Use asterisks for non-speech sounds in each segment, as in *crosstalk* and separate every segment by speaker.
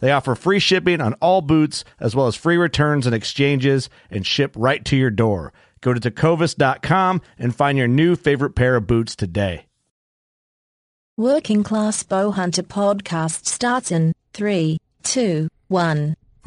Speaker 1: They offer free shipping on all boots, as well as free returns and exchanges, and ship right to your door. Go to tecovas.com and find your new favorite pair of boots today.
Speaker 2: Working Class Bowhunter podcast starts in three, two, one.
Speaker 3: I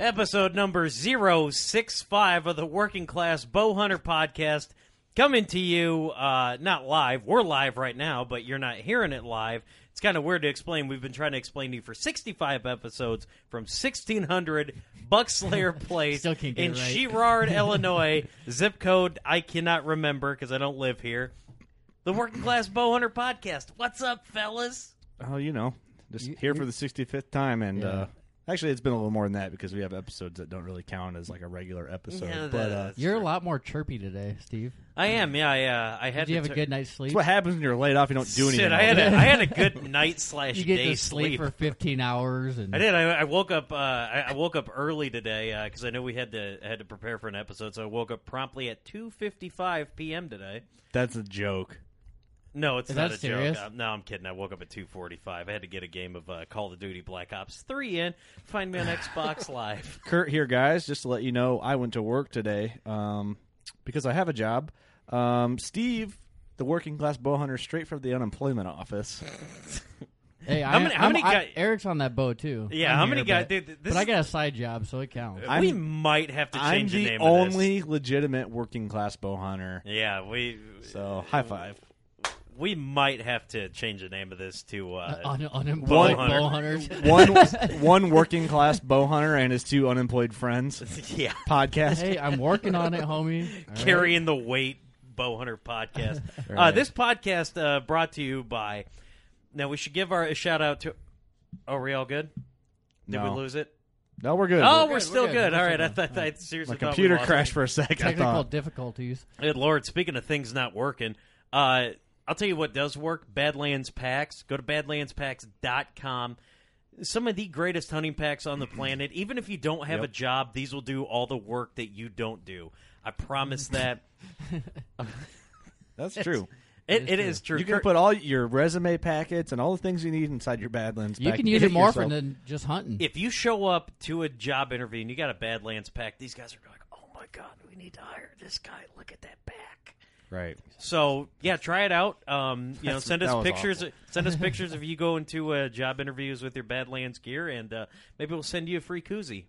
Speaker 4: Episode number 065 of the Working Class Bowhunter Podcast coming to you, uh, not live. We're live right now, but you're not hearing it live. It's kind of weird to explain. We've been trying to explain to you for 65 episodes from 1600
Speaker 5: *laughs*
Speaker 4: Buckslayer Place
Speaker 5: Still can't get
Speaker 4: in
Speaker 5: it right. *laughs*
Speaker 4: Girard, Illinois. Zip code I cannot remember because I don't live here. The Working Class Bowhunter Podcast. What's up, fellas?
Speaker 6: Oh, you know, just here for the 65th time, and
Speaker 5: Yeah.
Speaker 6: uh, actually, it's been a little more than that because we have episodes that don't really count as like a regular episode.
Speaker 4: Yeah,
Speaker 6: but uh,
Speaker 4: that's
Speaker 5: You're a
Speaker 4: true.
Speaker 5: lot more chirpy today, Steve.
Speaker 4: I am, yeah, yeah. I had
Speaker 5: Did you
Speaker 4: to
Speaker 5: have a
Speaker 4: tur-
Speaker 5: good night's sleep?
Speaker 6: that's what happens when you're laid off. You don't do anything.
Speaker 4: Shit,
Speaker 6: all
Speaker 4: I had
Speaker 6: day.
Speaker 4: a, I had a good night slash
Speaker 5: You get
Speaker 4: day
Speaker 5: to sleep for 15 hours, and
Speaker 4: I did. I, I woke up. Uh, I, I woke up early today because I know we had to I had to prepare for an episode, so I woke up promptly at two fifty five p.m. today.
Speaker 6: That's a joke.
Speaker 4: No, it's
Speaker 5: Is
Speaker 4: not
Speaker 5: that
Speaker 4: a
Speaker 5: serious?
Speaker 4: joke. i no, I'm kidding. I woke up at two forty five. I had to get a game of uh, Call of Duty Black Ops three in. Find me
Speaker 6: *laughs*
Speaker 4: on Xbox Live.
Speaker 6: Kurt here, guys. Just to let you know, I went to work today um, because I have a job. Um, Steve, the working class bow hunter, straight from the unemployment office.
Speaker 5: hey,
Speaker 4: How
Speaker 5: I,
Speaker 4: many-
Speaker 5: I'm,
Speaker 4: how many
Speaker 5: I-
Speaker 4: guy-
Speaker 5: Eric's on that boat too.
Speaker 4: Yeah,
Speaker 5: I'm
Speaker 4: how many
Speaker 5: here,
Speaker 4: guy-
Speaker 5: but-
Speaker 4: dude, this
Speaker 5: But I
Speaker 4: is-
Speaker 5: got a side job, so it counts.
Speaker 6: I'm-
Speaker 4: we might have to
Speaker 6: I'm
Speaker 4: change the,
Speaker 6: the,
Speaker 4: name.
Speaker 6: only legitimate working class bow hunter.
Speaker 4: Of this. Yeah, we
Speaker 6: So high
Speaker 4: *laughs*
Speaker 6: five.
Speaker 4: we might have to change the name of this to
Speaker 5: *laughs*
Speaker 4: uh,
Speaker 5: Un- unemployed
Speaker 4: One- *laughs*
Speaker 5: bow hunters.
Speaker 6: one one working class bow hunter and his two unemployed friends
Speaker 4: *laughs* yeah.
Speaker 6: podcast.
Speaker 5: hey, I'm working on it, homie. All right.
Speaker 4: carrying the weight bow
Speaker 6: *laughs*
Speaker 4: hunter podcast uh, this podcast uh, brought to you by now we should give our a shout out to oh we all good did
Speaker 6: No.
Speaker 4: we lose it
Speaker 6: No, we're good.
Speaker 4: oh
Speaker 5: good,
Speaker 4: we're,
Speaker 5: we're
Speaker 4: still
Speaker 5: good,
Speaker 4: good,
Speaker 5: we're
Speaker 4: all right
Speaker 5: still
Speaker 4: i
Speaker 5: good.
Speaker 4: thought i seriously
Speaker 6: my
Speaker 4: thought we
Speaker 6: computer
Speaker 4: lost
Speaker 6: crashed
Speaker 4: it.
Speaker 6: for a second. I
Speaker 5: Technical
Speaker 6: thought.
Speaker 5: difficulties.
Speaker 4: good lord speaking of things not working uh, i'll tell you what does work badlands packs go to badlandspacks.com some of the greatest hunting packs on the planet. Even if you don't have
Speaker 6: Yep.
Speaker 4: a job, these will do all the work that you don't do.
Speaker 6: *laughs*
Speaker 4: I promise that.
Speaker 5: *laughs*
Speaker 6: That's true.
Speaker 4: it, it is true.
Speaker 6: You can
Speaker 4: Kurt-
Speaker 6: put all your resume packets and all the things you need inside your Badlands.
Speaker 5: You
Speaker 6: pack
Speaker 5: can
Speaker 6: and
Speaker 5: use
Speaker 6: *laughs* get
Speaker 5: it more for
Speaker 6: yourself-
Speaker 5: than just hunting.
Speaker 4: if you show up to a job interview and you got a Badlands pack, these guys are like, "Oh my god, we need to hire this guy. Look at that back."
Speaker 6: great.
Speaker 4: So yeah, try it out. Um, you know,
Speaker 6: That's-
Speaker 4: send
Speaker 6: that
Speaker 4: us
Speaker 6: was
Speaker 4: pictures.
Speaker 6: awful.
Speaker 4: *laughs* Send us
Speaker 6: *laughs*
Speaker 4: pictures of you going to uh, job interviews with your Badlands gear, and uh, maybe we'll send you a free koozie.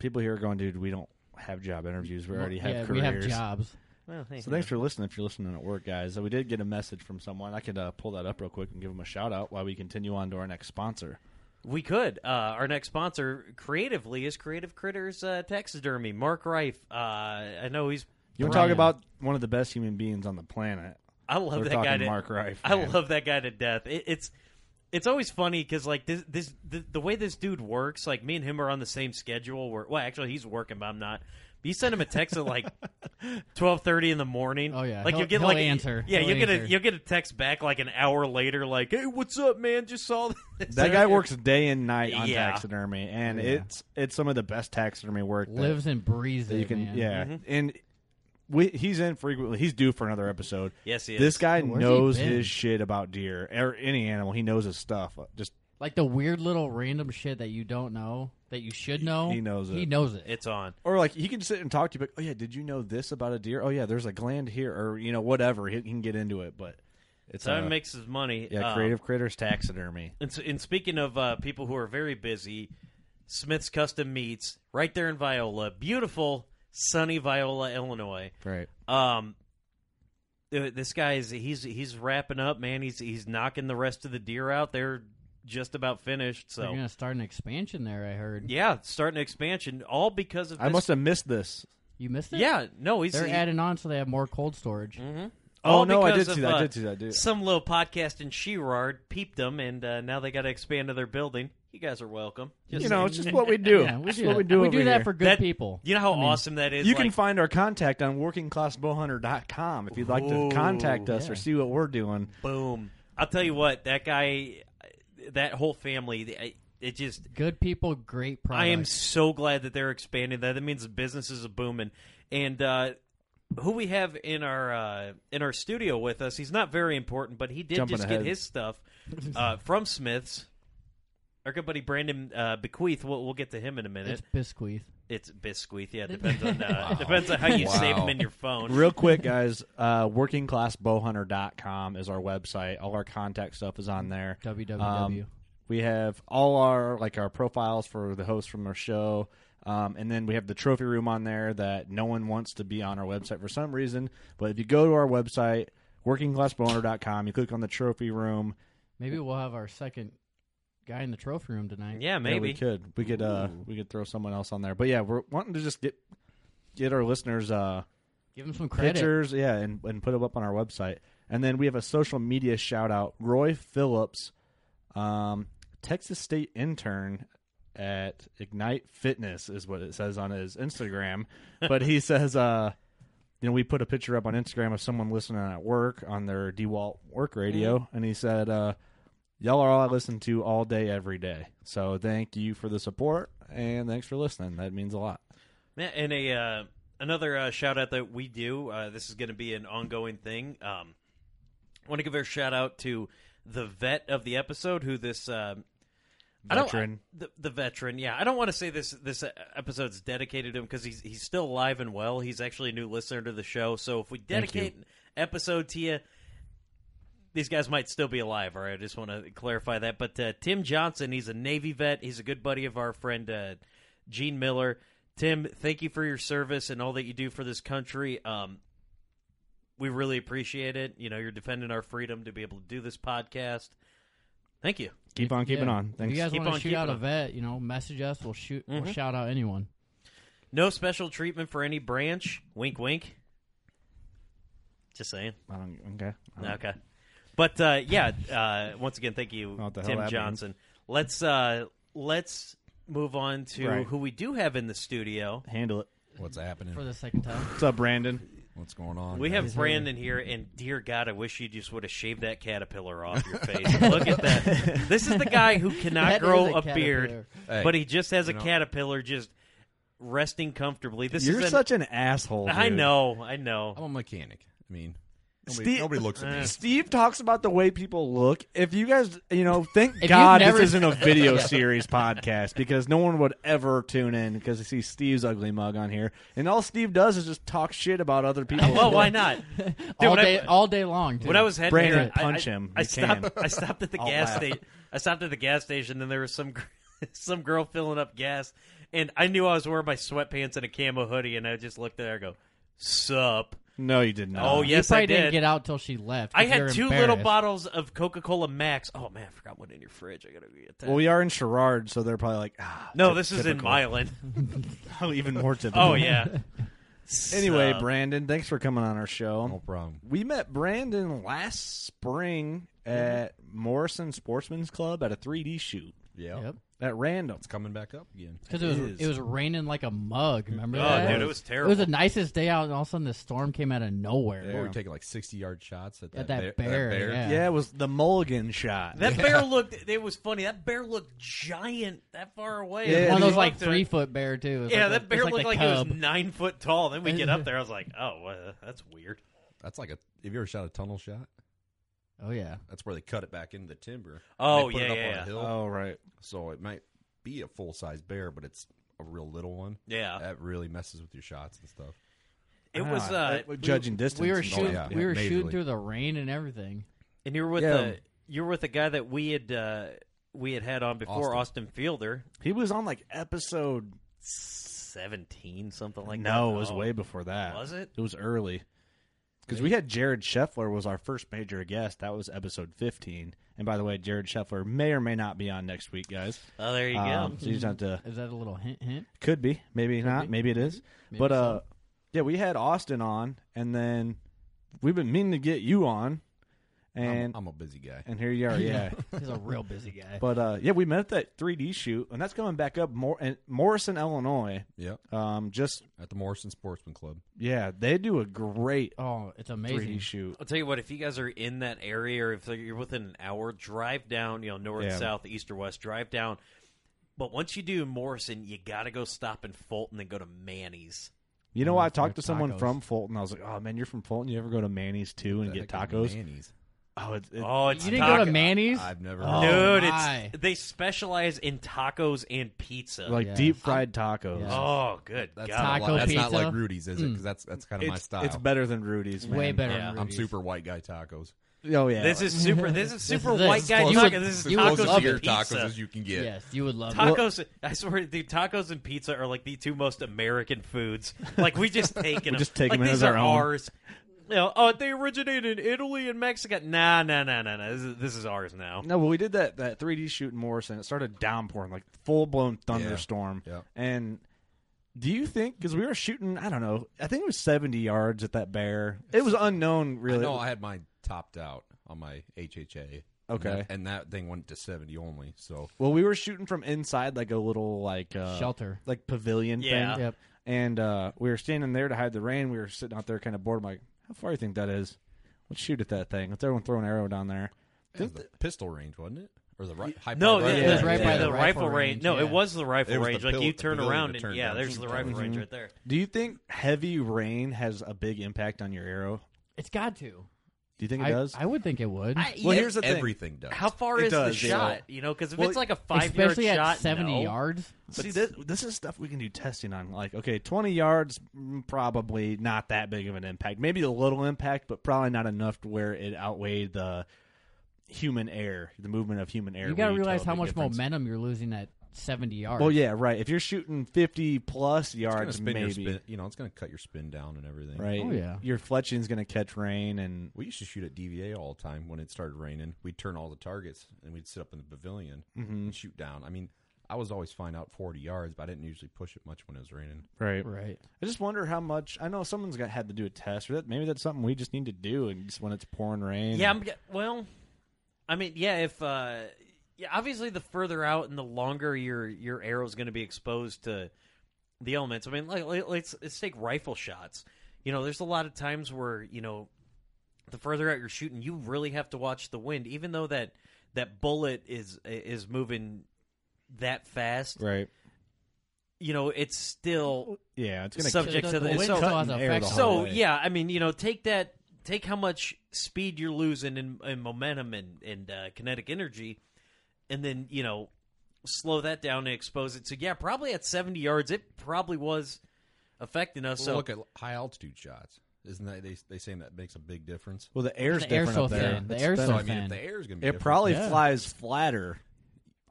Speaker 6: People here are going, dude, we don't have job interviews. We already have
Speaker 5: yeah, we
Speaker 6: careers.
Speaker 5: have jobs.
Speaker 4: Well, hey,
Speaker 6: So thanks for listening. If you're listening at work, guys, we did get a message from someone. I could uh, pull that up real quick and give them a shout out while we continue on to our next sponsor.
Speaker 4: We could. Uh, our next sponsor, creatively, is Creative Critters uh, Taxidermy. Mark Reif. Uh, I know he's.
Speaker 6: You want to talk about one of the best human beings on the planet?
Speaker 4: I love
Speaker 6: We're
Speaker 4: that guy.
Speaker 6: talking
Speaker 4: To,
Speaker 6: Mark Reif.
Speaker 4: I
Speaker 6: man.
Speaker 4: love that guy to death. It, it's it's always funny because like this this the, the way this dude works. Like me and him are on the same schedule. Where well, actually he's working, but I'm not. But you send him a text
Speaker 6: *laughs*
Speaker 4: at like twelve thirty in the morning.
Speaker 5: Oh, yeah.
Speaker 4: like you
Speaker 5: He'll-
Speaker 4: get
Speaker 5: he'll
Speaker 4: like
Speaker 5: answer.
Speaker 4: Yeah,
Speaker 5: He'll
Speaker 4: you'll get a
Speaker 5: answer.
Speaker 4: you'll get a text back like an hour later. Like, hey, what's up, man? Just saw this.
Speaker 6: that guy works day and night on
Speaker 4: Yeah.
Speaker 6: taxidermy, and
Speaker 5: Yeah.
Speaker 6: it's it's some of the best taxidermy work. that-
Speaker 5: Lives and breathes
Speaker 6: that you
Speaker 5: it,
Speaker 6: can,
Speaker 5: man.
Speaker 6: yeah.
Speaker 4: Mm-hmm.
Speaker 6: And we, he's in frequently. He's due for another episode.
Speaker 4: Yes, he
Speaker 6: This
Speaker 4: is.
Speaker 6: guy
Speaker 5: Oh, Where's he
Speaker 6: knows
Speaker 5: been?
Speaker 6: his shit about deer or any animal. He knows his stuff. Just
Speaker 5: Like the weird little random shit that you don't know that you should know.
Speaker 6: he knows it.
Speaker 5: He knows it.
Speaker 4: It's on.
Speaker 6: or like he can sit and talk to you, but oh yeah, did you know this about a deer? Oh yeah, there's a gland here, or you know whatever. He can get into it, but it's
Speaker 4: So
Speaker 6: uh,
Speaker 4: it makes his money.
Speaker 6: yeah,
Speaker 4: Um,
Speaker 6: creative critters taxidermy.
Speaker 4: And, so, and speaking of uh, people who are very busy, Smith's Custom Meats, right there in Viola, beautiful sunny Viola, Illinois.
Speaker 6: Right.
Speaker 4: Um, th- this guy is he's he's wrapping up, man. He's he's knocking the rest of the deer out. They're just about finished.
Speaker 5: They're
Speaker 4: So
Speaker 5: gonna start an expansion there. I heard.
Speaker 4: yeah, starting expansion all because of
Speaker 6: I
Speaker 4: this-
Speaker 6: must have missed this.
Speaker 5: You missed it.
Speaker 4: Yeah, Mm-hmm. no, he's
Speaker 5: They're
Speaker 4: he-
Speaker 5: adding on so they have more cold storage.
Speaker 6: Oh,
Speaker 4: all
Speaker 6: no, I
Speaker 4: because
Speaker 6: did
Speaker 4: of,
Speaker 6: see that. I
Speaker 4: uh,
Speaker 6: did see that, dude.
Speaker 4: Some little podcast in Sherard peeped them, and uh, now they got to expand to their building. You guys are welcome. Just
Speaker 6: You know,
Speaker 4: saying.
Speaker 6: it's just what we do.
Speaker 5: *laughs* Yeah, we
Speaker 6: It's
Speaker 5: do.
Speaker 6: what
Speaker 5: that.
Speaker 6: we do.
Speaker 5: we
Speaker 6: over
Speaker 5: do that
Speaker 6: here.
Speaker 5: for good
Speaker 4: That-
Speaker 5: people.
Speaker 4: You know how
Speaker 5: I mean,
Speaker 4: awesome that is.
Speaker 6: You can
Speaker 4: Like,
Speaker 6: find our contact on workingclassbowhunter.com if you'd like
Speaker 4: Ooh,
Speaker 6: to contact us
Speaker 5: yeah.
Speaker 6: or see what we're doing.
Speaker 4: Boom. I'll tell you what, that guy, that whole family, they- it just.
Speaker 5: Good people, great product.
Speaker 4: I am so glad that they're expanding that. That means the business is booming. And uh, who we have in our uh, in our studio with us, he's not very important, but he did
Speaker 6: Jumping
Speaker 4: just
Speaker 6: ahead.
Speaker 4: get his stuff uh, from Smith's. Our good buddy Brandon uh, Bequeath. We'll, we'll get to him in a minute.
Speaker 5: It's Bisqueath.
Speaker 4: It's, Bisqueath. Yeah, depends on uh, depends on how you save him in your phone.
Speaker 6: Real quick, guys, uh, workingclassbowhunter.com is our website. All our contact stuff is on there.
Speaker 5: www.
Speaker 6: Um, we have all our like our profiles for the hosts from our show. Um, and then we have the trophy room on there that no one wants to be on our website for some reason. But if you go to our website, workingclassbowhunter.com, you click on the trophy room.
Speaker 5: Maybe we'll have our second guy in the trophy room tonight.
Speaker 4: Yeah,
Speaker 6: Yeah, we
Speaker 4: maybe.
Speaker 6: could. We could. Uh, we could throw someone else on there. But yeah, we're wanting to just get get our listeners uh,
Speaker 5: Give him some credit.
Speaker 6: pictures. Yeah, and and put them up on our website. And then we have a social media shout out. Roy Phillips, um, Texas State intern at Ignite Fitness is what it says on his
Speaker 5: *laughs*
Speaker 6: Instagram. but he says, uh, you know, we put a picture up on Instagram of someone listening at work on their DeWalt work radio,
Speaker 5: Mm.
Speaker 6: and he said, uh, "Y'all are all I listen to all day, every day. So thank you for the support and thanks for listening. That means a lot."
Speaker 4: Yeah, and a uh, another uh, shout out that we do. Uh, this is going to be an ongoing thing. Um, I want to give a shout out to the vet of the episode, who this um
Speaker 6: Veteran.
Speaker 4: I don't, the, the veteran. Yeah, I don't want to say this this e, episode's dedicated to him because he's he's still alive and well. He's actually a new listener to the show. So if we dedicate an episode to you, these guys might still be alive. All right, I just want to clarify that. But uh, Tim Johnson, he's a Navy vet. He's a good buddy of our friend uh, Gene Miller. Tim, thank you for your service and all that you do for this country. Um, we really appreciate it. You know, you're defending our freedom to be able to do this podcast. Thank you.
Speaker 6: Keep on keeping
Speaker 5: Yeah.
Speaker 6: on. Thanks.
Speaker 5: If you guys
Speaker 4: Keep
Speaker 5: want
Speaker 4: on
Speaker 5: to shoot
Speaker 4: keeping
Speaker 5: out a
Speaker 4: on.
Speaker 5: vet, you know, message us. We'll shoot. We'll
Speaker 4: Mhm.
Speaker 5: shout out anyone.
Speaker 4: No special treatment for any branch. Wink, wink. Just saying.
Speaker 6: I don't, okay. I don't-
Speaker 4: Okay. But uh, yeah, uh, once again, thank you,
Speaker 6: What the hell that
Speaker 4: Tim
Speaker 6: means.
Speaker 4: Johnson. Let's uh, let's move on to
Speaker 6: Right.
Speaker 4: who we do have in the studio.
Speaker 6: Handle it.
Speaker 3: What's happening?
Speaker 5: for the second time.
Speaker 6: What's up, Brandon?
Speaker 3: What's going on?
Speaker 4: We have Brandon here, and dear God, I wish you just would have shaved that caterpillar off your face. Look at that. This is the guy who cannot
Speaker 5: That is
Speaker 4: grow
Speaker 5: a
Speaker 4: a, beard,
Speaker 5: caterpillar.
Speaker 3: Hey,
Speaker 4: but he just has a
Speaker 3: you know-
Speaker 4: caterpillar just resting comfortably. This
Speaker 6: You're
Speaker 4: is an-
Speaker 6: such an asshole.
Speaker 4: I
Speaker 6: dude.
Speaker 3: Oh,
Speaker 4: know, I know.
Speaker 3: I'm a mechanic. I mean, Nobody,
Speaker 6: Steve-
Speaker 3: nobody looks at me.
Speaker 6: Steve talks about the way people look. If you guys, you know, thank
Speaker 5: you've
Speaker 6: God
Speaker 5: never-
Speaker 6: this isn't a
Speaker 4: *laughs*
Speaker 6: video series podcast because no one would ever tune in because they see Steve's ugly mug on here, and all Steve does is just talk shit about other people.
Speaker 4: Well, why not? *laughs* Dude,
Speaker 5: all
Speaker 4: when I-
Speaker 5: day, all day long. Dude.
Speaker 4: When I was heading
Speaker 6: Brandon,
Speaker 4: here, I-
Speaker 6: punch
Speaker 4: I,
Speaker 6: him.
Speaker 4: I
Speaker 6: You
Speaker 4: stopped.
Speaker 6: can.
Speaker 4: I stopped at the
Speaker 5: *laughs*
Speaker 6: I'll
Speaker 4: gas
Speaker 6: laugh.
Speaker 4: station. I stopped at the gas station, and there was some gr- *laughs* some girl filling up gas, and I knew I was wearing my sweatpants and a camo hoodie, and I just looked at her, and go, "Sup."
Speaker 6: No, you did not.
Speaker 4: Oh
Speaker 5: you
Speaker 4: yes,
Speaker 5: probably
Speaker 4: I did.
Speaker 5: not get out till she left. 'cause
Speaker 4: I had
Speaker 5: you're
Speaker 4: two little
Speaker 5: embarrassed.
Speaker 4: bottles of Coca Cola Max. Oh man, I forgot one in your fridge. I gotta go get that.
Speaker 6: Well, we are in Sherrard, so they're probably like, ah,
Speaker 4: no,
Speaker 6: ty-
Speaker 4: this is in
Speaker 6: typical.
Speaker 4: Milan.
Speaker 6: *laughs* Oh, even more typical.
Speaker 4: *laughs* Oh
Speaker 5: *laughs*
Speaker 4: yeah.
Speaker 6: Anyway,
Speaker 4: Sup.
Speaker 6: Brandon, thanks for coming on our show.
Speaker 3: No problem.
Speaker 6: We met Brandon last spring at Morrison Sportsman's Club at a 3D shoot
Speaker 3: Yeah.
Speaker 5: Yep.
Speaker 6: at random.
Speaker 3: It's coming back up again.
Speaker 5: Because it was
Speaker 6: It
Speaker 5: it,
Speaker 6: is.
Speaker 5: was raining like a mug. Remember
Speaker 4: Oh,
Speaker 5: that?
Speaker 4: dude, it was
Speaker 5: It was
Speaker 4: terrible.
Speaker 5: the nicest day out, and all of a sudden the storm came out of nowhere.
Speaker 3: They were taking like 60 yard shots at that,
Speaker 5: At that bear,
Speaker 3: bear, that bear.
Speaker 5: yeah.
Speaker 6: Yeah, it was the Mulligan shot.
Speaker 4: That bear looked. It was funny. That bear looked giant. That far away.
Speaker 6: Yeah,
Speaker 5: One
Speaker 6: dude.
Speaker 5: of those like
Speaker 4: Looked at-
Speaker 5: three foot bear too. It was
Speaker 4: Yeah,
Speaker 5: like
Speaker 4: that
Speaker 5: the-
Speaker 4: bear
Speaker 5: it's
Speaker 4: looked
Speaker 5: the
Speaker 4: like he was
Speaker 5: cub.
Speaker 4: nine foot tall. Then we get up there, I was like, oh, well, that's weird.
Speaker 3: That's like a. Have you ever shot a tunnel shot?
Speaker 5: Oh yeah,
Speaker 3: That's where they cut it back into the timber. and
Speaker 4: Oh,
Speaker 3: they put it
Speaker 4: yeah,
Speaker 3: up
Speaker 4: yeah,
Speaker 3: on
Speaker 4: yeah.
Speaker 3: a hill.
Speaker 6: Oh, right.
Speaker 3: So it might be a full size bear, but it's a real little one.
Speaker 4: Yeah.
Speaker 7: Uh,
Speaker 3: That really messes with your shots and stuff.
Speaker 4: It was
Speaker 6: Ah,
Speaker 4: uh,
Speaker 6: uh, judging distance.
Speaker 5: we were
Speaker 6: and all
Speaker 5: shooting.
Speaker 3: yeah.
Speaker 6: that.
Speaker 5: we were
Speaker 3: majorly.
Speaker 5: shooting through the rain and everything.
Speaker 4: and you were with
Speaker 6: Yeah.
Speaker 4: a you were with a guy that we had uh, we had had on before, Austin, Fielder,
Speaker 6: He was on like episode.
Speaker 4: seventeen, something like that. Oh.
Speaker 6: no, it was way before that.
Speaker 4: Was it?
Speaker 6: It was early. Because we had Jared Scheffler was our first major guest. That was episode 15. And by the way, Jared Scheffler may or may not be on next week, guys.
Speaker 4: Oh, there you
Speaker 6: Um,
Speaker 4: go.
Speaker 6: so you just have to
Speaker 5: Is that a little hint? Hint.
Speaker 6: Could be, maybe not, maybe it is.
Speaker 5: Maybe
Speaker 6: but uh,
Speaker 5: so.
Speaker 6: yeah, we had Austin on, and then we've been meaning to get you on, and
Speaker 3: I'm, I'm a busy guy.
Speaker 6: and here you are, yeah.
Speaker 5: *laughs* He's a real busy guy.
Speaker 6: but uh, yeah, we met at that 3D shoot, and that's coming back up more in Morrison, Illinois.
Speaker 3: Yep.
Speaker 6: Um, just
Speaker 3: At the Morrison Sportsman Club.
Speaker 6: yeah, they do a great
Speaker 5: oh, it's
Speaker 6: 3D
Speaker 5: amazing.
Speaker 6: shoot.
Speaker 4: I'll tell you what. If you guys are in that area, or if you're within an hour, drive down. You know, north,
Speaker 6: Yeah.
Speaker 4: south, east, or west. Drive down. But once you do Morrison, you got to go stop in Fulton and go to Manny's.
Speaker 6: You know,
Speaker 5: Oh,
Speaker 6: I
Speaker 5: it's like
Speaker 6: talked to someone
Speaker 5: tacos.
Speaker 6: from Fulton. I was like, "Oh man, you're from Fulton. You ever go to Manny's too and
Speaker 3: The
Speaker 6: get
Speaker 3: heck is
Speaker 6: tacos?"
Speaker 3: Manny's.
Speaker 6: Oh, it's, it,
Speaker 4: Oh, it's
Speaker 5: You didn't
Speaker 4: taco-
Speaker 5: go to Manny's?
Speaker 3: I've never.
Speaker 5: Oh.
Speaker 3: heard of
Speaker 4: Dude,
Speaker 5: my.
Speaker 4: it's they specialize in tacos and pizza.
Speaker 6: like
Speaker 5: Yeah.
Speaker 6: deep fried tacos.
Speaker 5: Yeah.
Speaker 4: oh, good
Speaker 3: That's,
Speaker 4: god!
Speaker 3: not,
Speaker 5: Taco
Speaker 3: like, that's not
Speaker 5: pizza? Mm,
Speaker 3: like Rudy's, is it? Because that's that's kind of my
Speaker 6: Oh, It's,
Speaker 3: style.
Speaker 6: it's better than Rudy's. Man.
Speaker 5: Way better.
Speaker 4: Yeah.
Speaker 5: than
Speaker 3: I'm
Speaker 5: Rudy's.
Speaker 3: super white guy tacos.
Speaker 6: Oh yeah,
Speaker 4: This is
Speaker 3: *laughs*
Speaker 4: super. This is super
Speaker 5: is it.
Speaker 4: white guy
Speaker 5: You
Speaker 4: tacos.
Speaker 5: would-
Speaker 4: This is
Speaker 5: you would
Speaker 3: Closest
Speaker 4: tacos
Speaker 3: to your
Speaker 4: and
Speaker 3: tacos
Speaker 4: pizza.
Speaker 3: as you can get.
Speaker 5: Yes, you would love it.
Speaker 4: Tacos. I swear, dude. Tacos and pizza are like the two most American foods. Like we just take them.
Speaker 6: just take
Speaker 4: like,
Speaker 6: them
Speaker 4: these
Speaker 6: as our
Speaker 4: are
Speaker 6: own.
Speaker 4: ours. You know, oh, they originated in Italy and Mexico. Nah, nah, nah, nah, nah. This is, this is ours now.
Speaker 6: No, well, we did that that 3D shoot in Morrison. It started downpouring, like full blown thunderstorm.
Speaker 3: Yeah.
Speaker 6: And do you think because we were shooting, I don't know, I think it was 70 yards at that bear. It was unknown,
Speaker 3: I
Speaker 6: really.
Speaker 3: know I had mine topped out on my HHA.
Speaker 6: Okay.
Speaker 3: And that, and that thing went to 70 only. So
Speaker 6: well, we were shooting from inside, like a little like uh,
Speaker 5: Shelter.
Speaker 6: like pavilion
Speaker 4: Yeah.
Speaker 6: thing.
Speaker 5: Yep.
Speaker 6: And uh, we were standing there to hide the rain. We were sitting out there, kind of bored. I'm like, how far do you think that is? Let's shoot at that thing. Let's everyone throw an arrow down there.
Speaker 3: it was the pistol range, wasn't it? Or the right? high
Speaker 4: No,
Speaker 3: power
Speaker 4: yeah,
Speaker 3: rifle
Speaker 5: It was
Speaker 3: range.
Speaker 5: right
Speaker 4: yeah,
Speaker 5: by
Speaker 4: the,
Speaker 5: the
Speaker 4: rifle
Speaker 5: rifle
Speaker 4: range.
Speaker 5: range,
Speaker 4: No,
Speaker 5: yeah.
Speaker 4: it was the rifle
Speaker 3: It was the
Speaker 4: range. like
Speaker 3: pill-
Speaker 4: you
Speaker 3: the
Speaker 4: turn
Speaker 3: pavilion
Speaker 4: around
Speaker 3: to
Speaker 4: and
Speaker 3: turn
Speaker 4: yeah,
Speaker 3: down.
Speaker 4: there's the rifle range right there.
Speaker 6: Do you think heavy rain has a big impact on your arrow?
Speaker 5: It's got to.
Speaker 6: Do you think it
Speaker 5: I,
Speaker 6: does?
Speaker 5: I would think it would.
Speaker 6: well, here's the thing.
Speaker 3: Everything does.
Speaker 4: How far
Speaker 6: It
Speaker 4: is the
Speaker 6: does, yeah.
Speaker 4: shot? You know, because if
Speaker 6: Well,
Speaker 4: it's like a five yard
Speaker 5: Especially at
Speaker 4: shot,
Speaker 5: 70
Speaker 4: no.
Speaker 5: yards.
Speaker 6: See, this, this is stuff we can do testing on. Like, okay, 20 yards, mm, probably not that big of an impact. Maybe a little impact, but probably not enough to where it outweighed the human air, the movement of human air.
Speaker 5: You got to
Speaker 6: would
Speaker 5: realize
Speaker 6: tell a
Speaker 5: how
Speaker 6: big
Speaker 5: much
Speaker 6: difference.
Speaker 5: momentum you're losing at 70 yards.
Speaker 6: Well, yeah, right. If you're shooting 50 plus
Speaker 3: It's gonna
Speaker 6: yards,
Speaker 3: spin your
Speaker 6: maybe.
Speaker 3: spin, you know, it's going to cut your spin down and everything.
Speaker 6: Right.
Speaker 5: Oh, yeah.
Speaker 6: Your fletching's going to catch rain and.
Speaker 3: We used to shoot at DVA all the time when it started raining. We'd turn all the targets and we'd sit up in the pavilion
Speaker 6: Mm-hmm.
Speaker 3: and shoot down. I mean, I was always fine out 40 yards, but I didn't usually push it much when it was raining.
Speaker 6: Right.
Speaker 5: Right.
Speaker 6: I just wonder how much. I know someone's got had to do a test for that. Maybe that's something we just need to do and just when it's pouring rain.
Speaker 4: Yeah, I'm, well, I mean, yeah, if uh, yeah, obviously the further out and the longer your your arrow is going to be exposed to the elements. I mean, like like, let's let's take rifle shots. You know, there's a lot of times where you know the further out you're shooting, you really have to watch the wind, even though that that bullet is is moving that fast.
Speaker 6: Right.
Speaker 4: You know, it's still
Speaker 6: Yeah, it's going
Speaker 4: Subject
Speaker 5: the,
Speaker 4: to the-
Speaker 5: wind
Speaker 4: so-
Speaker 5: still has
Speaker 6: Cutting
Speaker 5: an
Speaker 6: air
Speaker 5: effect
Speaker 6: the
Speaker 5: on
Speaker 6: whole
Speaker 4: So
Speaker 5: it.
Speaker 6: way.
Speaker 4: yeah, I mean, you know, take that take how much speed you're losing and, and momentum and, and uh, kinetic energy, and then you know slow that down and expose it. So yeah, probably at 70 yards, it probably was affecting us.
Speaker 3: Well,
Speaker 4: so
Speaker 3: look at high altitude shots. Isn't that they they saying that makes a big difference?
Speaker 6: Well, the air's
Speaker 5: The air's
Speaker 6: different up
Speaker 5: so
Speaker 6: there.
Speaker 5: thin. The
Speaker 6: It's
Speaker 5: air's
Speaker 6: thin.
Speaker 5: so
Speaker 3: I mean,
Speaker 5: fan.
Speaker 3: if the air is going to be
Speaker 6: It
Speaker 3: different-
Speaker 6: probably
Speaker 5: Yeah.
Speaker 6: flies flatter.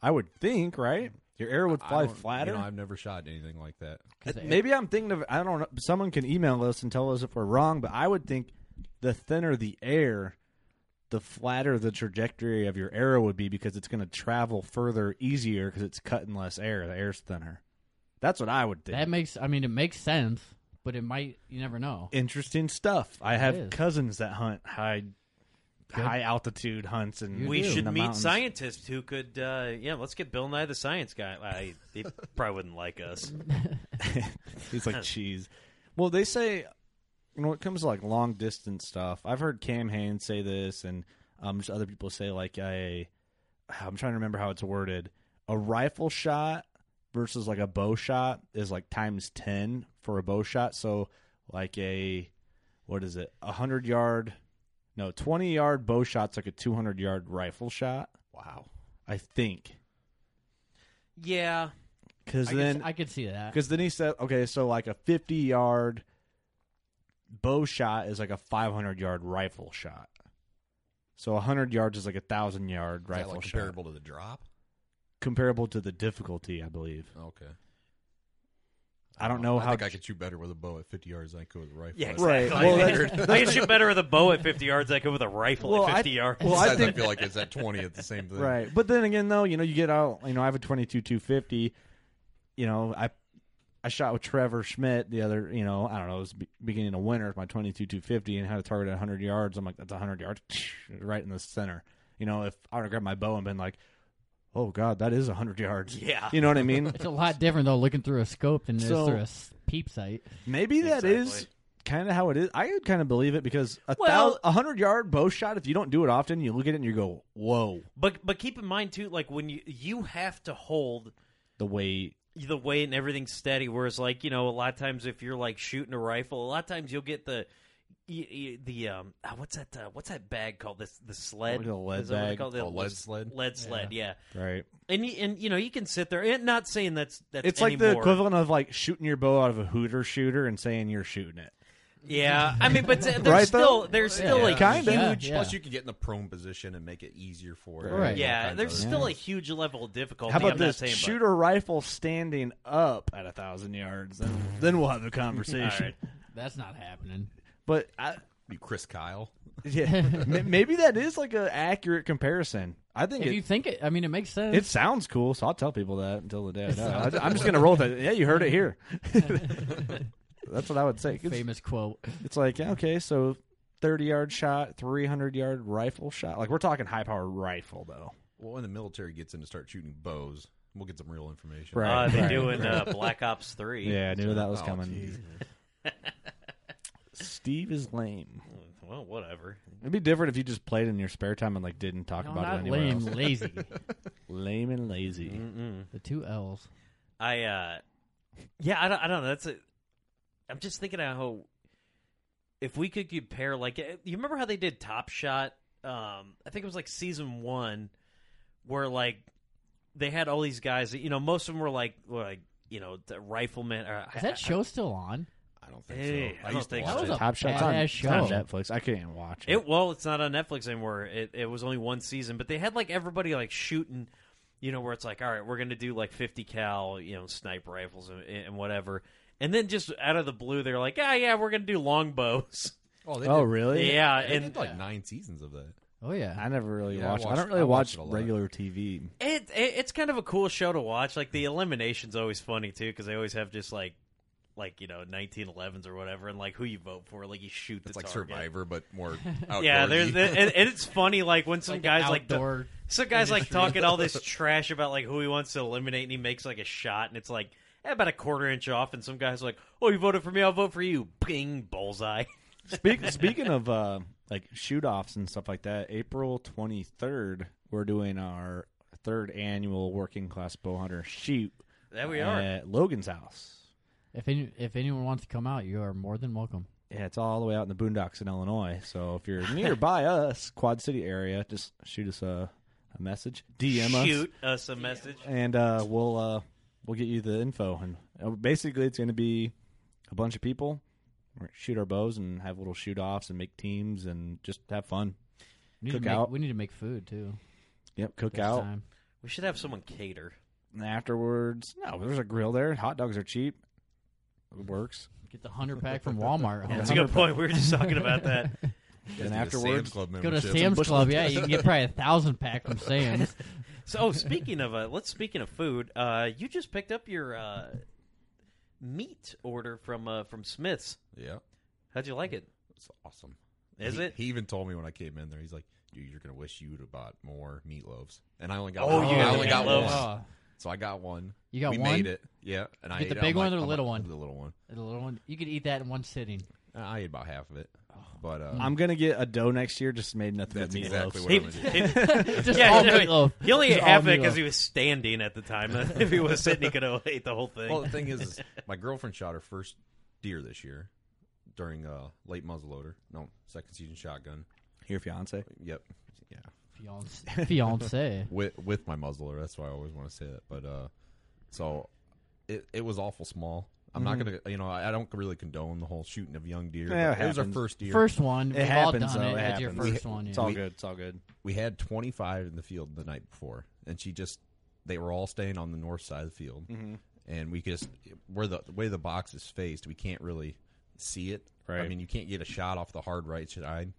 Speaker 6: I would think, right? Your air would
Speaker 3: I
Speaker 6: fly
Speaker 3: don't-
Speaker 6: flatter.
Speaker 3: You know, I've never shot anything like that.
Speaker 6: Uh,
Speaker 5: 'Cause the air-
Speaker 6: Maybe I'm thinking of. I don't know. Someone can email us and tell us if we're wrong, but I would think the thinner the air, the flatter the trajectory of your arrow would be because it's going to travel further easier because it's cutting less air. The air's thinner. That's what I would think.
Speaker 5: That makes. I mean, it makes sense, but it might. You never know.
Speaker 6: Interesting stuff. I have
Speaker 5: is.
Speaker 6: cousins that hunt high, high altitude hunts, and
Speaker 5: You
Speaker 4: we
Speaker 5: do.
Speaker 6: in
Speaker 4: should
Speaker 6: the
Speaker 4: meet
Speaker 6: mountains.
Speaker 4: scientists who could. Uh, yeah, let's get Bill Nye the Science Guy. I, he probably wouldn't like us.
Speaker 6: *laughs* He's like cheese. Well, they say when it comes to like long distance stuff, I've heard Cam Haynes say this, and um, just other people say like a. I'm trying to remember how it's worded. A rifle shot versus like a bow shot is like times ten for a bow shot. So like a what is it? A hundred yard, no, twenty yard bow shot's like a two hundred yard rifle shot. Wow, I think
Speaker 4: Yeah,
Speaker 6: because
Speaker 5: I, could-
Speaker 6: then
Speaker 5: I could see that.
Speaker 6: because then he said, okay, so like a 50 yard bow shot is like a 500 yard rifle shot. So a 100 yards is like a 1,000 yard
Speaker 3: Is that,
Speaker 6: rifle
Speaker 3: like,
Speaker 6: shot.
Speaker 3: comparable to the drop.
Speaker 6: Comparable to the difficulty, I believe.
Speaker 3: Okay.
Speaker 6: I don't know
Speaker 3: I
Speaker 6: how.
Speaker 3: think I could shoot better with a bow at 50 yards than I could with a rifle.
Speaker 4: yeah,
Speaker 3: at-
Speaker 4: exactly.
Speaker 6: Right. Well,
Speaker 4: *laughs* I, can, I can shoot better with a bow at 50 yards. than I could with a rifle
Speaker 6: Well,
Speaker 4: at
Speaker 6: I-
Speaker 4: 50 yards.
Speaker 6: well, I
Speaker 3: Besides,
Speaker 6: think-
Speaker 3: feel like it's at 20 at the same thing.
Speaker 6: Right. But then again, though, you know, you get out, you know, I have a 22 250. You know, I I shot with Trevor Schmidt the other, you know, I don't know, it was be- beginning of winter, my 22 250 and had a target at 100 yards. I'm like, that's 100 yards, *sniffs* right in the center. You know, if I would have grabbed my bow and been like, oh, God, that is 100 yards.
Speaker 4: *laughs* Yeah.
Speaker 6: You know what I
Speaker 4: *laughs*
Speaker 6: mean?
Speaker 5: It's a lot different though, looking through a scope than it is
Speaker 6: So-
Speaker 5: through a s- peep sight.
Speaker 6: Maybe that is
Speaker 4: Exactly.
Speaker 6: kind of how it is. I could kind of believe it because a
Speaker 4: Well-
Speaker 6: thou- a 100 yard bow shot, if you don't do it often, you look at it and you go, whoa,
Speaker 4: But but keep in mind too, like when you you have to hold
Speaker 6: the weight.
Speaker 4: the weight and everything steady. Whereas like you know, a lot of times if you're like shooting a rifle, a lot of times you'll get the y- y- the um ah, what's that uh, what's that bag called this the sled
Speaker 6: Like a lead
Speaker 4: Is that what they
Speaker 6: bag?
Speaker 4: call it?
Speaker 3: Oh, lead sled?
Speaker 4: lead sled yeah,
Speaker 6: Right.
Speaker 4: and you, and you know you can sit there and not saying that's that's
Speaker 6: It's like the
Speaker 4: anymore.
Speaker 6: equivalent of like shooting your bow out of a hooter shooter and saying you're shooting it.
Speaker 4: yeah
Speaker 6: *laughs*
Speaker 4: I mean but there's
Speaker 6: Right,
Speaker 4: still
Speaker 6: though?
Speaker 4: there's still
Speaker 6: Yeah.
Speaker 4: a
Speaker 6: Kinda.
Speaker 4: huge-
Speaker 5: Yeah,
Speaker 3: Huge.
Speaker 5: yeah.
Speaker 3: Plus, you can get in the prone position and make it easier for it.
Speaker 5: Right.
Speaker 3: All
Speaker 4: yeah
Speaker 3: kinds
Speaker 4: there's
Speaker 3: of other
Speaker 4: still a
Speaker 3: things.
Speaker 4: huge level of difficulty
Speaker 6: How about
Speaker 4: Oh, I'm not
Speaker 6: this?
Speaker 4: saying, but-
Speaker 6: Shoot a rifle standing up at a thousand yards, then, then we'll have the conversation.
Speaker 5: That's not happening.
Speaker 6: But I,
Speaker 3: You Chris Kyle.
Speaker 6: *laughs* yeah, ma- maybe that is like an accurate comparison. I think
Speaker 5: If
Speaker 6: it,
Speaker 5: you think it, I mean, it makes sense.
Speaker 6: it sounds cool, so I'll tell people that until the day I
Speaker 4: *laughs*
Speaker 6: die. I, am just gonna roll with it. Yeah, you heard it here. That's what I would say. It's,
Speaker 5: famous quote.
Speaker 6: it's like yeah, okay, so thirty yard shot, three hundred yard rifle shot. Like we're talking high power rifle though.
Speaker 3: Well, when the military gets in to start shooting bows, we'll get some real information.
Speaker 6: Right.
Speaker 4: uh, they're doing uh, Black Ops
Speaker 6: *laughs*
Speaker 4: Three
Speaker 6: Yeah, I knew that was
Speaker 3: Oh,
Speaker 6: coming.
Speaker 3: geez.
Speaker 6: *laughs* Steve is lame.
Speaker 4: well whatever
Speaker 6: It'd be different if you just played in your spare time and like didn't talk
Speaker 5: No,
Speaker 6: about it
Speaker 5: not
Speaker 6: anywhere
Speaker 5: lame, Mm.
Speaker 6: else.
Speaker 5: lazy.
Speaker 6: Lame and lazy.
Speaker 5: The
Speaker 6: *laughs*
Speaker 5: two L's.
Speaker 4: I uh yeah, I don't I don't know. That's a I'm just thinking of how if we could compare like eh, you remember how they did Top Shot um I think it was like season 1 where like they had all these guys that you know most of them were like were like you know the riflemen or
Speaker 5: Is that show still on?
Speaker 3: I don't think
Speaker 4: Hey,
Speaker 3: so.
Speaker 4: I
Speaker 3: I
Speaker 4: don't
Speaker 3: used to
Speaker 4: think
Speaker 3: watch
Speaker 4: so.
Speaker 3: it.
Speaker 5: That was
Speaker 6: Top Shot's on,
Speaker 5: Badass
Speaker 6: it's on
Speaker 5: show.
Speaker 6: Netflix. I couldn't even watch it.
Speaker 4: It well, it's not on Netflix anymore. It it was only one season, but they had like everybody like shooting, you know, where it's like, all right, we're gonna do like fifty cal, you know, sniper rifles and, and whatever. And then just out of the blue, they're like, ah, yeah, we're gonna do longbows.
Speaker 3: Oh, they
Speaker 6: oh,
Speaker 3: did,
Speaker 6: really?
Speaker 4: yeah,
Speaker 3: They
Speaker 4: and
Speaker 3: did like nine seasons of that.
Speaker 5: Oh yeah.
Speaker 6: I never really
Speaker 3: Yeah, I
Speaker 6: watched, it. I
Speaker 3: watched-
Speaker 6: don't really
Speaker 3: I
Speaker 6: watch
Speaker 3: watched it a lot.
Speaker 6: regular TV.
Speaker 4: It, it it's kind of a cool show to watch. Like the elimination's always funny too because they always have just like like you know 1911s or whatever, and like who you vote for. Like you shoot the
Speaker 3: It's like
Speaker 4: target.
Speaker 3: Survivor, but more
Speaker 4: *laughs* Yeah,
Speaker 3: outdoorsy.
Speaker 4: there's the, and, and it's funny like when some
Speaker 5: Like the
Speaker 4: guys like the-
Speaker 5: outdoor
Speaker 4: some guys like
Speaker 5: industry.
Speaker 4: talking all *laughs* this trash about like who he wants to eliminate, and he makes like a shot, and it's like eh, about a quarter inch off, and some guys like, oh, you voted for me, I'll vote for you. Bing, bullseye. *laughs*
Speaker 6: Speak, speaking of uh, like shoot offs and stuff like that, April 23rd, we're doing our third annual working class bow hunter shoot
Speaker 4: There we are.
Speaker 6: at Logan's house.
Speaker 5: If any, if anyone wants to come out, you are more than welcome.
Speaker 6: Yeah, it's all the way out in the boondocks in Illinois. So if you're
Speaker 4: *laughs*
Speaker 6: nearby us, Quad City area, just shoot us a, a message, DM us,
Speaker 4: Shoot us a message.
Speaker 6: and uh, we'll uh, we'll get you the info. And uh, basically, it's going to be a bunch of people. We're gonna shoot our bows and have little shoot offs and make teams and just have fun.
Speaker 5: We need, to
Speaker 6: Cook
Speaker 5: make,
Speaker 6: out.
Speaker 5: we need to make food too.
Speaker 6: Yep, cook
Speaker 5: Next
Speaker 6: out.
Speaker 5: time.
Speaker 4: We should have someone cater.
Speaker 6: And afterwards, no, there's a grill there. Hot dogs are cheap. It works.
Speaker 5: Get the hundred pack
Speaker 3: *laughs*
Speaker 5: from Walmart.
Speaker 4: That's a good point. We were just talking about that.
Speaker 6: And afterwards,
Speaker 3: Club
Speaker 5: Go to
Speaker 3: membership.
Speaker 5: Sam's Club. Yeah, you can get probably a thousand pack
Speaker 3: *laughs*
Speaker 5: from Sam's.
Speaker 4: So oh, speaking of uh, let's speaking of food, uh, you just picked up your uh, meat order from uh, from Smith's.
Speaker 3: Yeah,
Speaker 4: How'd you like it?
Speaker 3: it's awesome.
Speaker 4: Is
Speaker 3: He-
Speaker 4: it?
Speaker 3: He even told me when I came in there. He's like, "Dude, you're gonna wish you'd have bought more meatloaves." And I only got.
Speaker 4: Oh,
Speaker 3: one.
Speaker 4: you
Speaker 3: I
Speaker 4: got
Speaker 3: only
Speaker 4: the
Speaker 3: got
Speaker 4: meatloaves.
Speaker 3: one.
Speaker 5: Oh,
Speaker 3: So I got one.
Speaker 5: You got
Speaker 3: we
Speaker 5: one?
Speaker 3: made it. Yeah, and I
Speaker 5: Get the
Speaker 3: ate it.
Speaker 5: big
Speaker 3: I'm
Speaker 5: one or
Speaker 3: like-
Speaker 5: the
Speaker 3: I'm
Speaker 5: little
Speaker 3: like,
Speaker 5: one?
Speaker 3: The little one.
Speaker 5: the little one. You could eat that in
Speaker 3: *laughs*
Speaker 5: one sitting.
Speaker 3: And I ate about half of it, but uh,
Speaker 6: I'm gonna get a dough next year. Just made nothing
Speaker 3: that's
Speaker 6: but meatloaf.
Speaker 3: exactly
Speaker 6: *laughs*
Speaker 4: He,
Speaker 3: what I'm gonna do.
Speaker 5: *laughs*
Speaker 4: he-
Speaker 5: Just
Speaker 4: yeah,
Speaker 5: all
Speaker 4: no,
Speaker 5: meatloaf.
Speaker 4: he only
Speaker 5: Just
Speaker 4: ate
Speaker 5: all
Speaker 4: half of it because
Speaker 5: meatloaf.
Speaker 4: he was standing at the time. *laughs* if he was sitting, he could have ate the whole thing. *laughs*
Speaker 3: Well, the thing is, is my girlfriend shot her first deer this year during uh, late muzzleloader. No, second season shotgun.
Speaker 6: Your fiance.
Speaker 3: Yep. Yeah. *laughs*
Speaker 5: Fiance. Fiance.
Speaker 3: With with my muzzleloader. That's why I always want to say that. But uh, so it it was awful small. I'm not gonna, you know, I I don't really condone the whole shooting of young deer.
Speaker 6: Yeah,
Speaker 3: but
Speaker 6: it
Speaker 3: it was our
Speaker 6: happens.
Speaker 3: first deer.
Speaker 5: First one.
Speaker 6: It
Speaker 5: We've
Speaker 6: happens.
Speaker 5: all done
Speaker 6: though.
Speaker 5: it.
Speaker 6: It
Speaker 5: It's your
Speaker 6: happens.
Speaker 5: first one.
Speaker 6: It's
Speaker 5: yeah.
Speaker 6: all good. It's all good.
Speaker 3: we had 25 in the field the night before, and she just they were all staying on the north side of the field, and we just where the, the way the box is faced, we can't really see it. I
Speaker 6: Right.
Speaker 3: mean, you can't get a shot off the hard right side.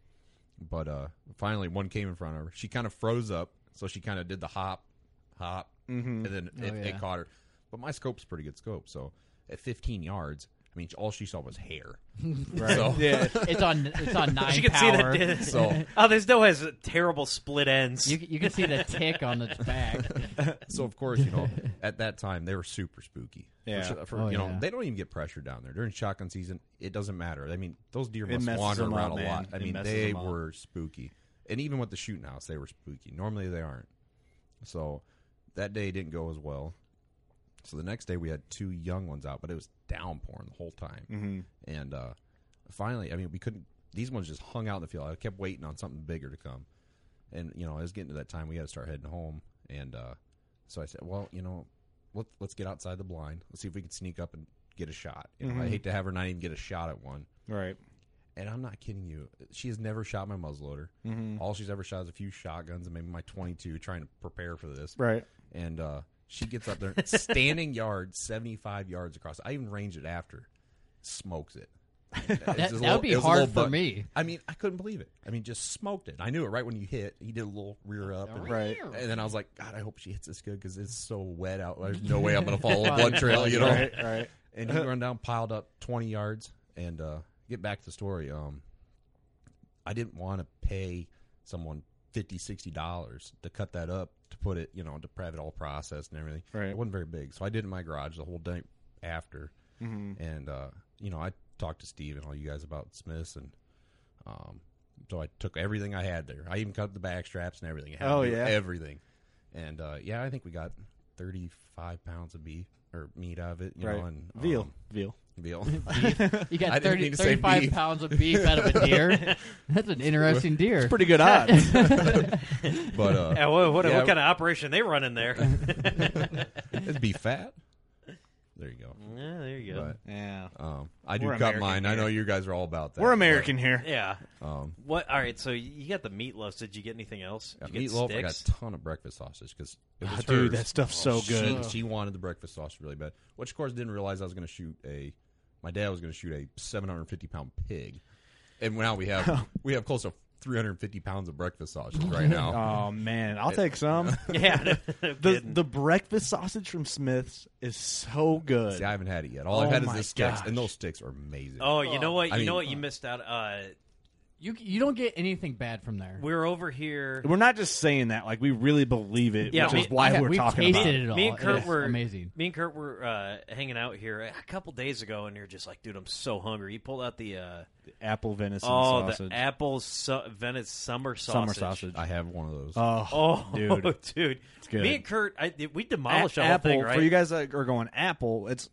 Speaker 3: But uh, finally, one came in front of her. She kind of froze up, so she kind of did the hop, hop, and then it,
Speaker 5: Oh, yeah.
Speaker 3: it caught her. But my scope's a pretty good scope, so at 15 yards, I mean, all she saw was hair.
Speaker 6: Right.
Speaker 5: *laughs*
Speaker 3: So- *laughs*
Speaker 6: Yeah.
Speaker 5: It's on. It's on nine
Speaker 4: you can
Speaker 5: power.
Speaker 4: see *laughs* that.
Speaker 3: So-
Speaker 4: oh, this dough has terrible split ends.
Speaker 5: *laughs* You, c- you can see the tick on the back.
Speaker 3: So of course, you know, at that time they were super spooky.
Speaker 6: Yeah.
Speaker 3: For, *laughs* for-
Speaker 5: Oh,
Speaker 3: you know,
Speaker 5: yeah.
Speaker 3: they don't even get pressure down there during shotgun season. It doesn't matter. I mean, those deer
Speaker 6: It
Speaker 3: must
Speaker 6: messes
Speaker 3: wander
Speaker 6: them
Speaker 3: around
Speaker 6: up,
Speaker 3: a lot.
Speaker 6: man.
Speaker 3: I
Speaker 6: It
Speaker 3: mean,
Speaker 6: messes
Speaker 3: they
Speaker 6: them up.
Speaker 3: were spooky, and even with the shooting house, they were spooky. Normally they aren't. So that day didn't go as well. So the next day we had two young ones out, but it was downpouring the whole time. And uh, finally, I mean, we couldn't. These ones just hung out in the field. I kept waiting on something bigger to come. And you know, it was getting to that time we had to start heading home. And uh, so I said, well, you know, let, let's get outside the blind. Let's see if we can sneak up and get a shot. You know, I hate to have her not even get a shot at one.
Speaker 6: Right.
Speaker 3: And I'm not kidding you. She has never shot my muzzleloader. All she's ever shot is a few shotguns and maybe my 22, trying to prepare for this
Speaker 6: Right.
Speaker 3: and uh, she gets up there, standing yard, seventy five yards across. I even ranged it after, smokes it.
Speaker 5: That, that would be hard for me.
Speaker 3: I mean, I couldn't believe it. I mean, just smoked it. I knew it right when you hit. You did a little rear up, and,
Speaker 6: Right.
Speaker 3: And then I was like, God, I hope she hits this good because it's so wet out. There's no way
Speaker 5: *laughs*
Speaker 3: I'm gonna follow a blood trail, you know.
Speaker 6: Right. Right.
Speaker 3: And he run down, piled up twenty yards, and uh, get back to the story. Um, I didn't want to pay someone fifty, sixty dollars to cut that up to put it, you know, to have it all processed and everything.
Speaker 6: Right.
Speaker 3: It wasn't very big, so I did it in my garage the whole day after. And uh, you know, I talked to Steve and all you guys about Smiths, and um, so I took everything I had there. I even cut the back straps and everything. I had to
Speaker 6: Oh,
Speaker 3: do
Speaker 6: yeah.
Speaker 3: everything. And uh, yeah, I think we got thirty-five pounds of beef or meat out of it, you
Speaker 6: right.
Speaker 3: know, and um,
Speaker 6: Veal. Veal.
Speaker 3: veal.
Speaker 5: You
Speaker 3: I
Speaker 5: got
Speaker 3: didn't
Speaker 5: 30,
Speaker 3: mean to say
Speaker 5: 35
Speaker 3: beef.
Speaker 5: pounds of beef out of
Speaker 3: *laughs*
Speaker 5: a deer. That's an interesting deer.
Speaker 6: Pretty *laughs* good odds.
Speaker 3: but uh,
Speaker 4: Yeah, what, what,
Speaker 3: Yeah.
Speaker 4: what kind of operation they run in there? yeah,
Speaker 3: it'd be fat. There you go.
Speaker 4: there you go.
Speaker 3: But
Speaker 6: yeah.
Speaker 3: um, I do
Speaker 6: We're
Speaker 3: cut
Speaker 6: American
Speaker 3: mine. I
Speaker 6: here.
Speaker 3: know you guys are all about that.
Speaker 6: We're American here.
Speaker 4: Yeah.
Speaker 3: but, um,
Speaker 4: What? All right. So you got the meatloaf. Did you get anything else?
Speaker 3: got
Speaker 4: Did you get
Speaker 3: meatloaf. I
Speaker 4: sticks?
Speaker 3: got *laughs* a ton of breakfast sausage because it was
Speaker 6: Ah, dude,
Speaker 3: hers.
Speaker 6: that stuff's so
Speaker 3: She-
Speaker 6: good.
Speaker 3: She, wanted the breakfast sausage really bad, which of course didn't realize I was going to shoot a. My dad was going to shoot a 750 pound pig, and now we have we have close to 350 pounds of breakfast sausage right now.
Speaker 6: Oh man, I'll take
Speaker 3: *laughs*
Speaker 6: some.
Speaker 4: Yeah, no, no
Speaker 6: The
Speaker 4: kidding.
Speaker 6: the breakfast sausage from Smith's is so good.
Speaker 3: See, I haven't had it yet. All I've
Speaker 6: Oh
Speaker 3: had is
Speaker 6: my
Speaker 3: the sticks,
Speaker 6: gosh.
Speaker 3: and those sticks are amazing.
Speaker 4: oh, you know what? You
Speaker 3: I mean-
Speaker 4: know what? You missed out. Uh,
Speaker 5: *laughs* You you don't get anything bad from there.
Speaker 4: we're over here.
Speaker 6: We're not just saying that; like we really believe it,
Speaker 4: Yeah,
Speaker 6: which
Speaker 4: me-
Speaker 6: is why
Speaker 5: I-
Speaker 6: we're
Speaker 5: we've
Speaker 6: talking about
Speaker 5: tasted it all.
Speaker 4: Me and Kurt
Speaker 5: It's
Speaker 4: were
Speaker 5: amazing.
Speaker 4: Me and Kurt were uh, hanging out here a couple days ago, and you're just like, "Dude, I'm so hungry." He pulled out the uh,
Speaker 6: apple venison
Speaker 4: oh,
Speaker 6: sausage,
Speaker 4: the apple su- Venice summer sausage.
Speaker 6: summer sausage.
Speaker 3: I have one of those.
Speaker 6: Oh,
Speaker 4: Oh, *laughs*
Speaker 6: dude,
Speaker 4: dude,
Speaker 6: good.
Speaker 4: Me and Kurt, I, we demolished
Speaker 6: A-
Speaker 4: the whole
Speaker 6: apple
Speaker 4: thing, right?
Speaker 6: for you guys that are going apple. It's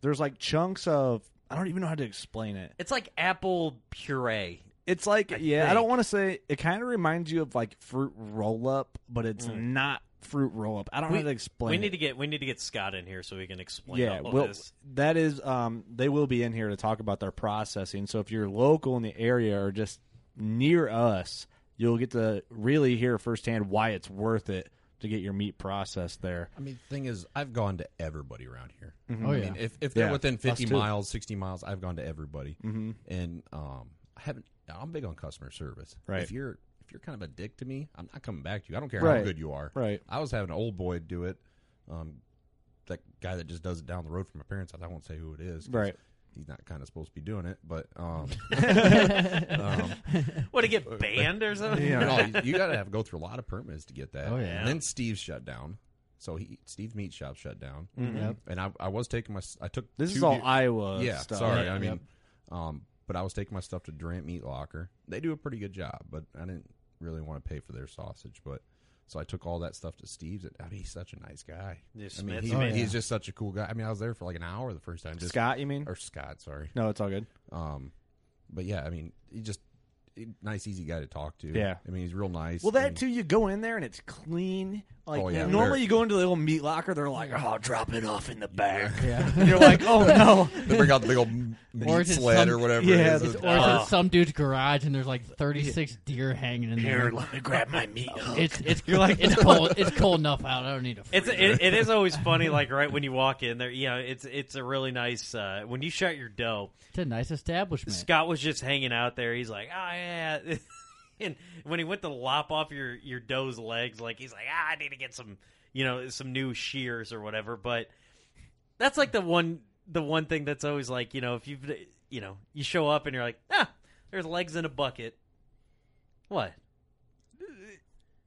Speaker 6: there's like chunks of I don't even know how to explain it.
Speaker 4: It's like apple puree.
Speaker 6: It's like yeah, I
Speaker 4: think.
Speaker 6: don't want to say it kind of reminds you of like fruit roll up, but it's not fruit roll up. I don't know how to explain.
Speaker 4: Mm. we
Speaker 6: it.
Speaker 4: need to get we need to get Scott in here so we can explain
Speaker 6: yeah,
Speaker 4: all of
Speaker 6: well,
Speaker 4: this.
Speaker 6: that is um, they will be in here to talk about their processing. So if you're local in the area or just near us, you'll get to really hear firsthand why it's worth it to get your meat processed there.
Speaker 3: I mean, the thing is, I've gone to everybody around here.
Speaker 5: Oh,
Speaker 3: Mm-hmm. I
Speaker 5: yeah.
Speaker 3: mean, if, if they're
Speaker 6: Yeah,
Speaker 3: within
Speaker 6: us
Speaker 3: 50
Speaker 6: too.
Speaker 3: miles, 60 miles, I've gone to everybody. Mm-hmm. And um, I haven't. I'm big on customer service.
Speaker 6: Right.
Speaker 3: If you're if you're kind of a dick to me, I'm not coming back to you. I don't care
Speaker 6: Right.
Speaker 3: how good you are.
Speaker 6: Right.
Speaker 3: I was having an old boy do it. Um, that guy that just does it down the road from my parents. I won't say who it is. 'cause
Speaker 6: Right.
Speaker 3: He's not kind of supposed to be doing it, but um,
Speaker 4: What to
Speaker 3: *laughs*
Speaker 4: get banned or something?
Speaker 3: you, know, you- you
Speaker 6: Mm-hmm.
Speaker 3: gotta have go through a lot of permits to get that.
Speaker 5: Oh, yeah.
Speaker 3: And then Steve's shut down, so he Steve's meat shop shut down.
Speaker 6: Mm-hmm.
Speaker 5: Yep.
Speaker 3: And I, I was taking my s- I took
Speaker 6: *laughs* This
Speaker 3: two
Speaker 6: is all
Speaker 3: year-
Speaker 6: Iowa
Speaker 3: yeah
Speaker 6: stuff.
Speaker 3: sorry I mean, um, but I was taking my stuff to Durant Meat Locker. They do a pretty good job, but I didn't really want to pay for their sausage, but. So I took all that stuff to Steve's. And, I mean, he's such a nice guy.
Speaker 4: Yeah,
Speaker 3: I mean,
Speaker 4: Smith's
Speaker 3: he,
Speaker 4: amazing.
Speaker 3: he's just such a cool guy. I mean, I was there for like an hour the first time. Just,
Speaker 6: Scott, you mean?
Speaker 3: or Scott, sorry.
Speaker 6: no, it's all good.
Speaker 3: Um, but yeah, I mean, he just he- nice, easy guy to talk to.
Speaker 6: Yeah.
Speaker 3: I mean, he's real nice.
Speaker 6: Well,
Speaker 3: I
Speaker 6: that
Speaker 3: mean,
Speaker 6: too. You go in there and it's clean. Like
Speaker 3: Oh, yeah,
Speaker 6: normally,
Speaker 3: we're-
Speaker 6: you go into the little meat locker. They're like, "Oh, drop it off in the back."
Speaker 3: *laughs*
Speaker 6: And you're like, "Oh no!"
Speaker 3: They bring out the big old m-
Speaker 5: Or
Speaker 3: meat
Speaker 5: is it
Speaker 3: sled
Speaker 5: some-
Speaker 3: or whatever.
Speaker 6: Yeah,
Speaker 3: it is. "Ah."
Speaker 6: it's-
Speaker 5: Or is it some dude's garage and there's like 36 deer hanging in there?
Speaker 6: let me grab my *laughs* meat.
Speaker 5: It's
Speaker 3: *laughs*
Speaker 5: it's you're like it's cold it's cold enough out. I don't need a.
Speaker 4: It's
Speaker 5: freezer.
Speaker 4: it, it is always funny, like
Speaker 3: *laughs*
Speaker 4: right when you walk in there. You know, it's it's a really nice uh, when you shut your dough.
Speaker 5: It's a nice establishment.
Speaker 4: Scott was just hanging out there. He's like, oh yeah. *laughs* and when he went to lop off your your dough's legs, like he's like, ah, I need to get some, you know, some new shears or whatever. But that's like the one the one thing that's always like, you know, if you've you know, you show up and you're like, ah, there's legs in a bucket. What?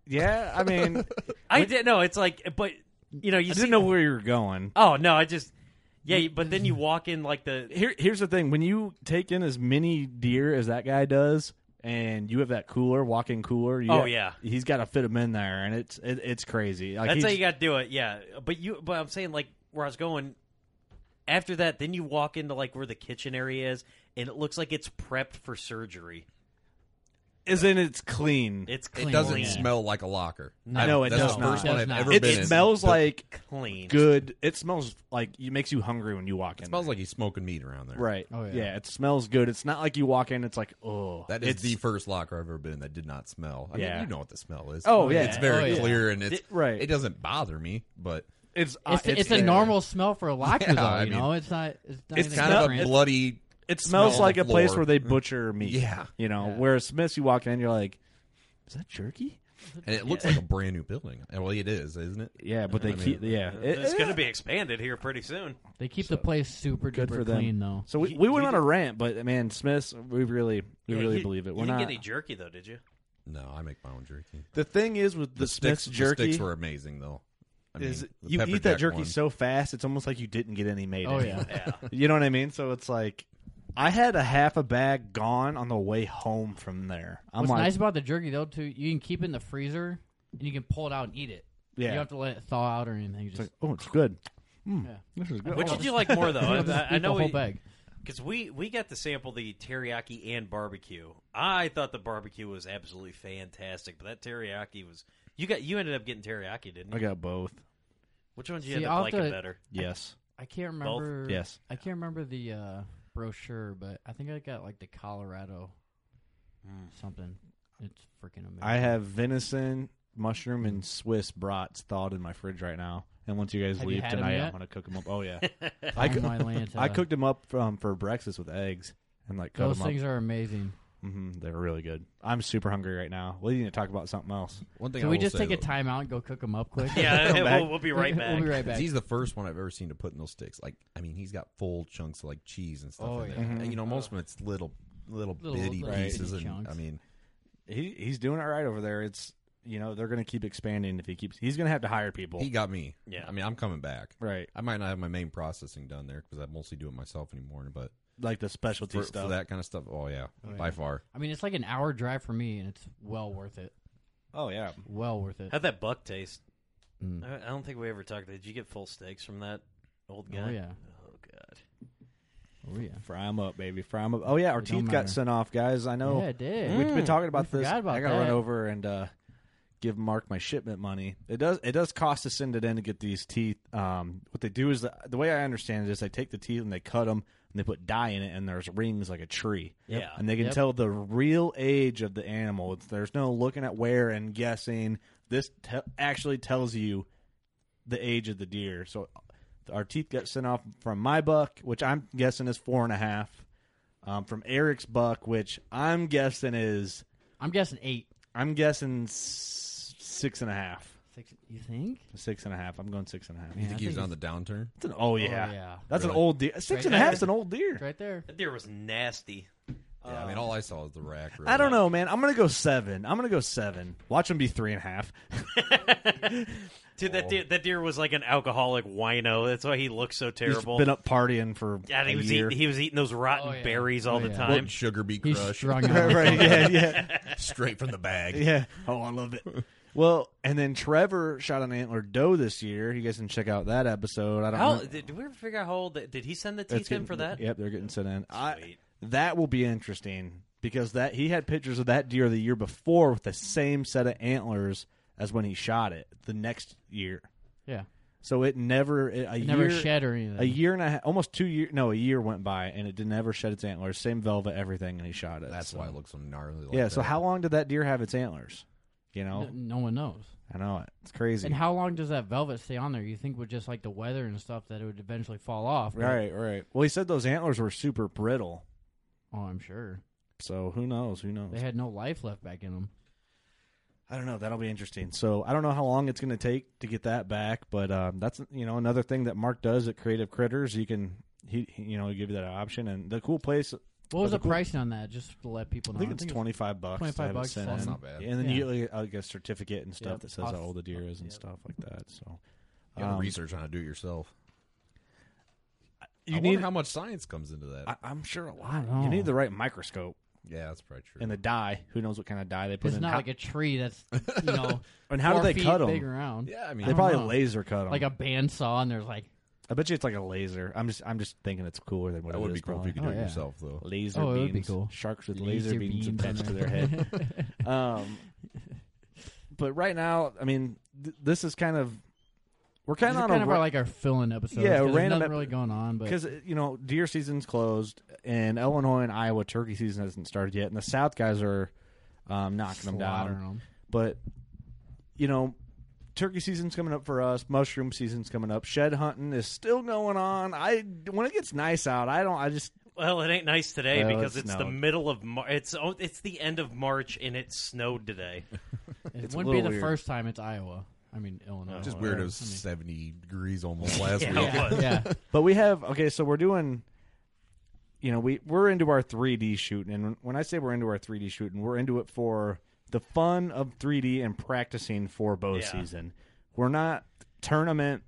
Speaker 6: Yeah, I *laughs* mean,
Speaker 4: I did no. It's like, but you know, you
Speaker 6: I
Speaker 4: see,
Speaker 6: didn't know where you were going.
Speaker 4: *laughs* Oh no, I just yeah. you- But then you walk in like the
Speaker 6: Here, here's the thing: when you take in as many deer as that guy does, and you have that cooler, walking cooler. You
Speaker 4: Oh,
Speaker 6: got-
Speaker 4: yeah.
Speaker 6: he's got to fit them in there, and it's it, it's crazy. Like
Speaker 4: that's how
Speaker 6: he's-
Speaker 4: you got to do it. Yeah, but you but I'm saying like where I was going after that. Then you walk into like where the kitchen area is, and it looks like it's prepped for surgery.
Speaker 6: as in it's clean.
Speaker 4: It's
Speaker 3: It
Speaker 4: clean.
Speaker 3: doesn't smell like a locker. I've-
Speaker 6: No, it
Speaker 3: that's
Speaker 6: does
Speaker 3: the first
Speaker 5: not.
Speaker 3: one
Speaker 5: It
Speaker 3: I've
Speaker 5: does
Speaker 3: ever
Speaker 5: not.
Speaker 6: it
Speaker 3: been in.
Speaker 6: smells
Speaker 3: But
Speaker 6: like
Speaker 4: clean.
Speaker 6: good. It smells like it makes you hungry when you walk in.
Speaker 3: It smells
Speaker 6: there.
Speaker 3: like he's smoking meat around there.
Speaker 6: right.
Speaker 5: Oh, yeah.
Speaker 6: it smells good. It's not like you walk in. It's like oh,
Speaker 3: That is
Speaker 6: it's,
Speaker 3: the first locker I've ever been in that did not smell. I
Speaker 6: Yeah.
Speaker 3: mean, you know what the smell is.
Speaker 6: Oh, yeah.
Speaker 3: It's very
Speaker 5: Oh, yeah.
Speaker 3: clear and it's
Speaker 6: It- right.
Speaker 3: It doesn't bother me, but
Speaker 6: It's uh,
Speaker 5: it's, it's, a
Speaker 6: there.
Speaker 5: normal smell for a locker
Speaker 3: Yeah,
Speaker 5: though. You
Speaker 3: I mean,
Speaker 5: know, it's not. It's, not
Speaker 6: it's
Speaker 5: anything
Speaker 3: kind of a
Speaker 5: different.
Speaker 3: bloody.
Speaker 6: It smells
Speaker 3: smell
Speaker 6: like
Speaker 3: on
Speaker 6: a
Speaker 3: the
Speaker 6: place
Speaker 3: floor.
Speaker 6: where they butcher meat.
Speaker 3: Yeah.
Speaker 6: you know.
Speaker 5: Yeah.
Speaker 6: Whereas Smith's, you walk in, you're like, is that jerky?
Speaker 3: And it looks like a brand new building. Well, it is, isn't it?
Speaker 6: Yeah, but they
Speaker 3: I mean,
Speaker 6: keep. Yeah, It-
Speaker 4: *laughs*
Speaker 6: eh,
Speaker 4: It's
Speaker 6: it-
Speaker 4: going to be expanded here pretty soon.
Speaker 5: They keep the place super
Speaker 6: good
Speaker 5: duper
Speaker 6: for them.
Speaker 5: clean though.
Speaker 6: So we,
Speaker 4: You-
Speaker 6: we
Speaker 4: you
Speaker 6: went on
Speaker 4: did-
Speaker 6: a rant, but man, Smiths, we really we
Speaker 4: Yeah,
Speaker 6: really
Speaker 4: you-
Speaker 6: believe it. We're
Speaker 4: you
Speaker 6: not.
Speaker 4: didn't get any jerky though, did you?
Speaker 3: No, I make my own jerky.
Speaker 6: the thing is with the, Smiths
Speaker 3: sticks,
Speaker 6: jerky
Speaker 3: The sticks were amazing, though. I mean,
Speaker 6: is
Speaker 3: the
Speaker 6: you
Speaker 3: pepper
Speaker 6: eat that
Speaker 3: jack
Speaker 6: jerky
Speaker 3: one.
Speaker 6: so fast, it's almost like you didn't get any made.
Speaker 5: Oh,
Speaker 6: anyway.
Speaker 4: *laughs* Yeah.
Speaker 6: *laughs* you know what I mean? So it's like I had a half a bag gone on the way home from there. I'm
Speaker 5: What's
Speaker 6: like,
Speaker 5: nice about the jerky though, too, you can keep it in the freezer and you can pull it out and eat it.
Speaker 6: yeah,
Speaker 5: You don't have to let it thaw out or anything. Just
Speaker 6: It's like, oh, it's good. Mm,
Speaker 5: Yeah.
Speaker 6: This is good.
Speaker 4: Which
Speaker 6: Oh,
Speaker 4: did you like more
Speaker 5: *laughs*
Speaker 4: though? I,
Speaker 5: Just
Speaker 4: I- I
Speaker 5: eat
Speaker 4: know
Speaker 5: the whole
Speaker 4: we-
Speaker 5: bag.
Speaker 4: Because we, we got to sample the teriyaki and barbecue. I thought the barbecue was absolutely fantastic, but that teriyaki was you got you ended up getting teriyaki, didn't you?
Speaker 6: I got both.
Speaker 4: Which ones you end
Speaker 5: See, I'll
Speaker 4: up liking
Speaker 5: have to-
Speaker 4: better?
Speaker 6: Yes.
Speaker 5: I can't remember.
Speaker 6: Yes.
Speaker 5: I can't remember the uh, brochure, but I think I got like the Colorado something. It's freaking amazing.
Speaker 6: Hmm. I have venison, mushroom, and Swiss brats thawed in my fridge right now. And once you guys
Speaker 5: Have you
Speaker 6: leave
Speaker 5: had 'em
Speaker 6: tonight,
Speaker 5: yet?
Speaker 6: I'm gonna cook them up. Oh
Speaker 5: *laughs*
Speaker 6: yeah,
Speaker 5: I,
Speaker 6: I, coo-
Speaker 5: my
Speaker 6: *laughs*
Speaker 5: Lanta.
Speaker 6: I cooked them up um, for breakfast with eggs and like cut
Speaker 5: Those
Speaker 6: them
Speaker 5: things
Speaker 6: up.
Speaker 5: are amazing.
Speaker 6: hmm they were really good. I'm super hungry right now. We need to talk about something else.
Speaker 3: One thing I
Speaker 5: Can we
Speaker 3: will
Speaker 5: just
Speaker 3: say,
Speaker 5: take a
Speaker 3: though,
Speaker 5: timeout and go cook them up quick?
Speaker 4: Yeah,
Speaker 6: Come back.
Speaker 4: *laughs* we'll, we'll be right back.
Speaker 5: *laughs* We'll be right back.
Speaker 3: He's the first one I've ever seen to put in those sticks. Like, I mean, he's got full chunks of like cheese and stuff.
Speaker 5: Oh,
Speaker 3: in
Speaker 5: yeah.
Speaker 3: there. And, you know, most of it's little, little,
Speaker 5: Little,
Speaker 3: bitty
Speaker 5: like,
Speaker 3: pieces.
Speaker 5: bitty
Speaker 3: and I
Speaker 5: chunks.
Speaker 3: mean,
Speaker 6: He he's doing all right over there. It's you know they're gonna keep expanding if he keeps. He's gonna have to hire people.
Speaker 3: he got me.
Speaker 4: Yeah.
Speaker 3: I mean, I'm coming back.
Speaker 6: right,
Speaker 3: I might not have my main processing done there because I mostly do it myself anymore. But
Speaker 6: like the specialty
Speaker 3: for,
Speaker 6: stuff.
Speaker 3: for that kind of stuff, oh yeah,
Speaker 5: Oh, yeah.
Speaker 3: by far.
Speaker 5: I mean, it's like an hour drive for me, and it's well worth it.
Speaker 6: Oh yeah,
Speaker 5: Well worth it.
Speaker 4: How'd that buck taste?
Speaker 5: Mm.
Speaker 4: I, I don't think we ever talked. Did you get full steaks from that old
Speaker 5: Oh
Speaker 4: guy?
Speaker 5: yeah.
Speaker 4: Oh god.
Speaker 5: Oh yeah.
Speaker 6: Fry them up, baby. Fry 'em up. Oh yeah, our
Speaker 5: It don't
Speaker 6: teeth got
Speaker 5: matter.
Speaker 6: sent off, guys. I know.
Speaker 5: Yeah, it did.
Speaker 6: We've been
Speaker 4: Mm,
Speaker 6: talking about
Speaker 5: we
Speaker 6: this.
Speaker 5: forgot about
Speaker 6: I gotta run
Speaker 5: that.
Speaker 6: over and uh, give Mark my shipment money. It does. It does cost to send it in to get these teeth. Um, what they do is the, the way I understand it is they take the teeth and they cut them and they put dye in it and there's rings like a tree.
Speaker 5: Yep.
Speaker 4: Yeah.
Speaker 6: And they can
Speaker 5: Yep.
Speaker 6: tell the real age of the animal. It's, there's no looking at where and guessing. This te- actually tells you the age of the deer. So our teeth got sent off from my buck, which I'm guessing is four and a half. Um, from Eric's buck, which I'm guessing is
Speaker 5: I'm guessing eight,
Speaker 6: I'm guessing s- six and a half.
Speaker 5: six. You think?
Speaker 6: Six and a half. I'm going six and a half.
Speaker 5: Yeah,
Speaker 3: You think
Speaker 5: I
Speaker 3: he was
Speaker 5: think
Speaker 3: on the downturn?
Speaker 6: That's an oh yeah.
Speaker 5: yeah.
Speaker 6: That's an
Speaker 3: Really?
Speaker 6: old deer. Six
Speaker 5: Right
Speaker 6: and a half
Speaker 5: there.
Speaker 6: is an old deer.
Speaker 5: It's right there.
Speaker 4: That deer was nasty.
Speaker 3: yeah, I mean, all I saw was the rack. Really.
Speaker 6: I don't know, man. I'm gonna go seven. I'm gonna go seven. Watch him be three and a half.
Speaker 4: Dude,
Speaker 6: Oh.
Speaker 4: that deer, that deer was like an alcoholic wino. That's why he looks so
Speaker 6: He's
Speaker 4: terrible.
Speaker 6: been up partying for
Speaker 4: yeah, he
Speaker 6: a
Speaker 4: was
Speaker 6: year. *laughs*
Speaker 4: eating, he was eating those rotten
Speaker 5: Oh, yeah.
Speaker 4: berries all
Speaker 5: Oh,
Speaker 4: the
Speaker 5: yeah.
Speaker 4: time.
Speaker 3: Sugar beet
Speaker 5: He's
Speaker 3: crush *laughs*
Speaker 5: strung out.
Speaker 6: right? Yeah, yeah.
Speaker 3: straight from the bag.
Speaker 6: Yeah. Oh, I love it. Well, and then Trevor shot an antler doe this year. You guys can check out that episode. I don't
Speaker 4: How
Speaker 6: know.
Speaker 4: did, did we ever figure out how old? that- Did he send the
Speaker 6: That's
Speaker 4: teeth in
Speaker 6: getting-
Speaker 4: for that?
Speaker 6: Yep, they're getting sent in. I,
Speaker 4: Sweet.
Speaker 6: that will be interesting because that he had pictures of that deer the year before with the same set of antlers as when he shot it the next year.
Speaker 5: Yeah.
Speaker 6: So it never it, a
Speaker 5: It never
Speaker 6: year
Speaker 5: shed or anything.
Speaker 6: a year and a half, almost two year no a year went by and it did never shed its antlers. Same velvet, everything, and he shot it.
Speaker 3: That's
Speaker 6: So-
Speaker 3: why it looks so gnarly. Like
Speaker 6: Yeah. So
Speaker 3: that.
Speaker 6: how long did that deer have its antlers? You know,
Speaker 5: No, no one knows.
Speaker 6: I know it. It's crazy.
Speaker 5: And how long does that velvet stay on there? You think with just like the weather and stuff that it would eventually fall off? but-
Speaker 6: Right, right. Well, he said those antlers were super brittle.
Speaker 5: Oh, I'm sure
Speaker 6: So who knows? Who knows?
Speaker 5: they had no life left back in them.
Speaker 6: I don't know. That'll be interesting. So I don't know how long it's going to take to get that back, but um, that's you know another thing that Mark does at Creative Critters. You can he he, you know give you that option, and the cool place.
Speaker 5: What was
Speaker 6: the
Speaker 5: the
Speaker 6: cool-
Speaker 5: pricing on that? Just to let
Speaker 6: I
Speaker 5: people know.
Speaker 6: think it's twenty five bucks. to
Speaker 5: 25
Speaker 6: have it
Speaker 5: bucks,
Speaker 6: sent
Speaker 5: that's
Speaker 6: in.
Speaker 3: not bad.
Speaker 6: And then you
Speaker 5: Yeah.
Speaker 6: get like a certificate and stuff
Speaker 5: Yep.
Speaker 6: that says how
Speaker 5: Off-
Speaker 6: old the deer is and
Speaker 5: yep.
Speaker 6: stuff like that. So
Speaker 3: you gotta
Speaker 6: um,
Speaker 3: research on how to do it yourself?
Speaker 6: you
Speaker 3: I
Speaker 6: need.
Speaker 3: wonder how much science comes into that.
Speaker 6: I, I'm sure a
Speaker 5: I
Speaker 6: lot.
Speaker 5: don't
Speaker 6: You
Speaker 5: know.
Speaker 6: need the right microscope
Speaker 3: yeah, that's probably true.
Speaker 6: and the dye. Who knows what kind of dye they put
Speaker 5: It's
Speaker 6: in?
Speaker 5: not
Speaker 6: How-
Speaker 5: like a tree that's you know.
Speaker 6: *laughs* and how do
Speaker 5: four
Speaker 6: they
Speaker 5: feet
Speaker 6: cut
Speaker 5: Big
Speaker 6: them?
Speaker 5: around.
Speaker 3: yeah, I
Speaker 6: They
Speaker 3: mean,
Speaker 5: don't
Speaker 6: probably
Speaker 5: know.
Speaker 6: laser cut them.
Speaker 5: Like a bandsaw, and there's like,
Speaker 6: I bet you it's like a laser. I'm just I'm just thinking it's cooler than what
Speaker 3: that
Speaker 6: it
Speaker 3: would
Speaker 6: is
Speaker 3: be cool if
Speaker 6: probably.
Speaker 3: you could
Speaker 5: Oh,
Speaker 3: do it
Speaker 5: yeah.
Speaker 3: yourself, though.
Speaker 6: laser
Speaker 5: Oh, it
Speaker 6: beams.
Speaker 5: would be cool.
Speaker 6: Sharks with laser,
Speaker 5: Laser
Speaker 6: beams,
Speaker 5: beams
Speaker 6: attached to
Speaker 5: on
Speaker 6: their head. *laughs* um, but right now, I mean, th- this is kind of we're
Speaker 5: these
Speaker 6: kind
Speaker 5: are
Speaker 6: of on
Speaker 5: kind
Speaker 6: a
Speaker 5: of our, like our filling episode.
Speaker 6: Yeah, a
Speaker 5: there's
Speaker 6: random
Speaker 5: nothing
Speaker 6: ep-
Speaker 5: really going on, but
Speaker 6: because uh, you know deer season's closed in Illinois and Iowa. Turkey season hasn't started yet, and the South guys are um, knocking them down.
Speaker 5: slaughtering 'em.
Speaker 6: But you know, turkey season's coming up for us. Mushroom season's coming up. Shed hunting is still going on. I when it gets nice out, I don't. I just
Speaker 4: Well, it ain't nice today
Speaker 6: Well,
Speaker 4: because
Speaker 6: it's
Speaker 4: it's the
Speaker 6: snowed.
Speaker 4: middle of Mar- it's oh, it's the end of March and it snowed today.
Speaker 5: It
Speaker 6: *laughs* It's a
Speaker 5: wouldn't be
Speaker 6: little
Speaker 5: the
Speaker 6: weird.
Speaker 5: first time it's Iowa. I mean, Illinois.
Speaker 3: Just weird. It was
Speaker 5: I mean-
Speaker 3: seventy degrees *laughs* almost last
Speaker 4: Yeah.
Speaker 3: week.
Speaker 5: yeah, yeah.
Speaker 6: But we have okay, so we're doing you know, we we're into our 3D shooting and when I say we're into our 3D shooting, we're into it for the fun of 3D and practicing for bow
Speaker 4: Yeah.
Speaker 6: season. We're not tournament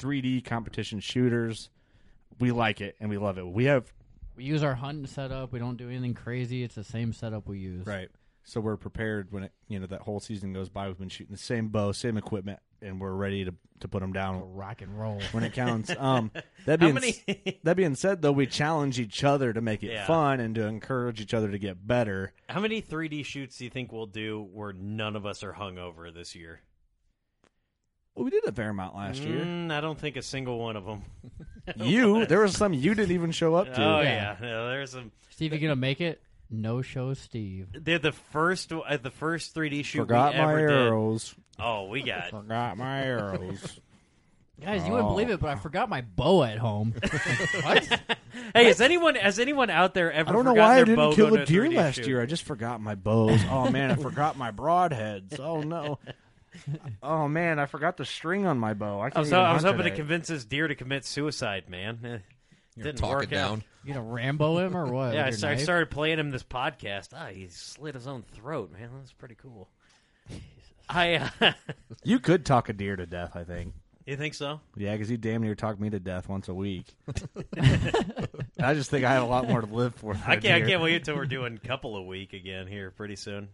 Speaker 6: 3D competition shooters. We like it and we love it. We have
Speaker 5: We use our hunting setup. We don't do anything crazy. It's the same setup we use.
Speaker 6: So we're prepared when it, you know that whole season goes by. We've been shooting the same bow, same equipment, and we're ready to to put them
Speaker 5: To
Speaker 6: down
Speaker 5: rock and roll.
Speaker 6: when it counts.
Speaker 4: *laughs*
Speaker 6: Um, that
Speaker 4: How
Speaker 6: being
Speaker 4: many? *laughs*
Speaker 6: That being said, though, we challenge each other to make it
Speaker 4: Yeah.
Speaker 6: fun and to encourage each other to get better.
Speaker 4: How many 3D shoots do you think we'll do where none of us are hungover this year?
Speaker 6: Well, we did a fair amount last year.
Speaker 4: Mm, I don't think a single one of them.
Speaker 6: *laughs* You, there was some you didn't even show up to.
Speaker 4: Mm. oh yeah,
Speaker 5: Yeah.
Speaker 4: No, there's some.
Speaker 5: Steve, you gonna make it? No show, Steve.
Speaker 4: They're the first uh, the first 3D shoot
Speaker 6: Forgot
Speaker 4: we
Speaker 6: my
Speaker 4: ever did.
Speaker 6: arrows.
Speaker 4: Oh, we got
Speaker 6: Forgot
Speaker 4: *laughs*
Speaker 6: my arrows.
Speaker 5: Guys, you wouldn't
Speaker 6: Oh.
Speaker 5: believe it, but I forgot my bow at
Speaker 6: *laughs*
Speaker 5: home. what?
Speaker 4: Hey, has anyone has anyone out there ever?
Speaker 6: I don't know
Speaker 4: forgotten
Speaker 6: why I
Speaker 4: their
Speaker 6: didn't
Speaker 4: bow
Speaker 6: kill
Speaker 4: going
Speaker 6: a
Speaker 4: to
Speaker 6: deer
Speaker 4: 3D
Speaker 6: last
Speaker 4: shoot?
Speaker 6: year. I just forgot my
Speaker 4: *laughs*
Speaker 6: bows. Oh man, I forgot my broadheads. Oh no. Oh man, I forgot the string on my bow. I,
Speaker 4: I
Speaker 6: can't
Speaker 4: was,
Speaker 6: even
Speaker 4: I was
Speaker 6: hunt
Speaker 4: hoping to
Speaker 6: today.
Speaker 4: convince this deer to commit suicide, man. Eh,
Speaker 3: You're
Speaker 4: Didn't
Speaker 3: talking
Speaker 4: work
Speaker 3: down.
Speaker 4: out.
Speaker 5: You gonna Rambo him or
Speaker 6: Uh,
Speaker 5: what?
Speaker 4: Yeah, I,
Speaker 5: with your
Speaker 4: sta- I
Speaker 5: knife?
Speaker 4: started playing him this podcast. Ah, he slit his own throat, man. That's pretty cool. I. Uh, *laughs*
Speaker 6: You could talk a deer to death, I think.
Speaker 4: you think so?
Speaker 6: Yeah, because you damn near talk me to death once a week. And I just think I have a lot more to live for. than
Speaker 4: I
Speaker 6: a
Speaker 4: can't. I
Speaker 6: deer.
Speaker 4: can't wait until we're doing couple a week again here pretty soon.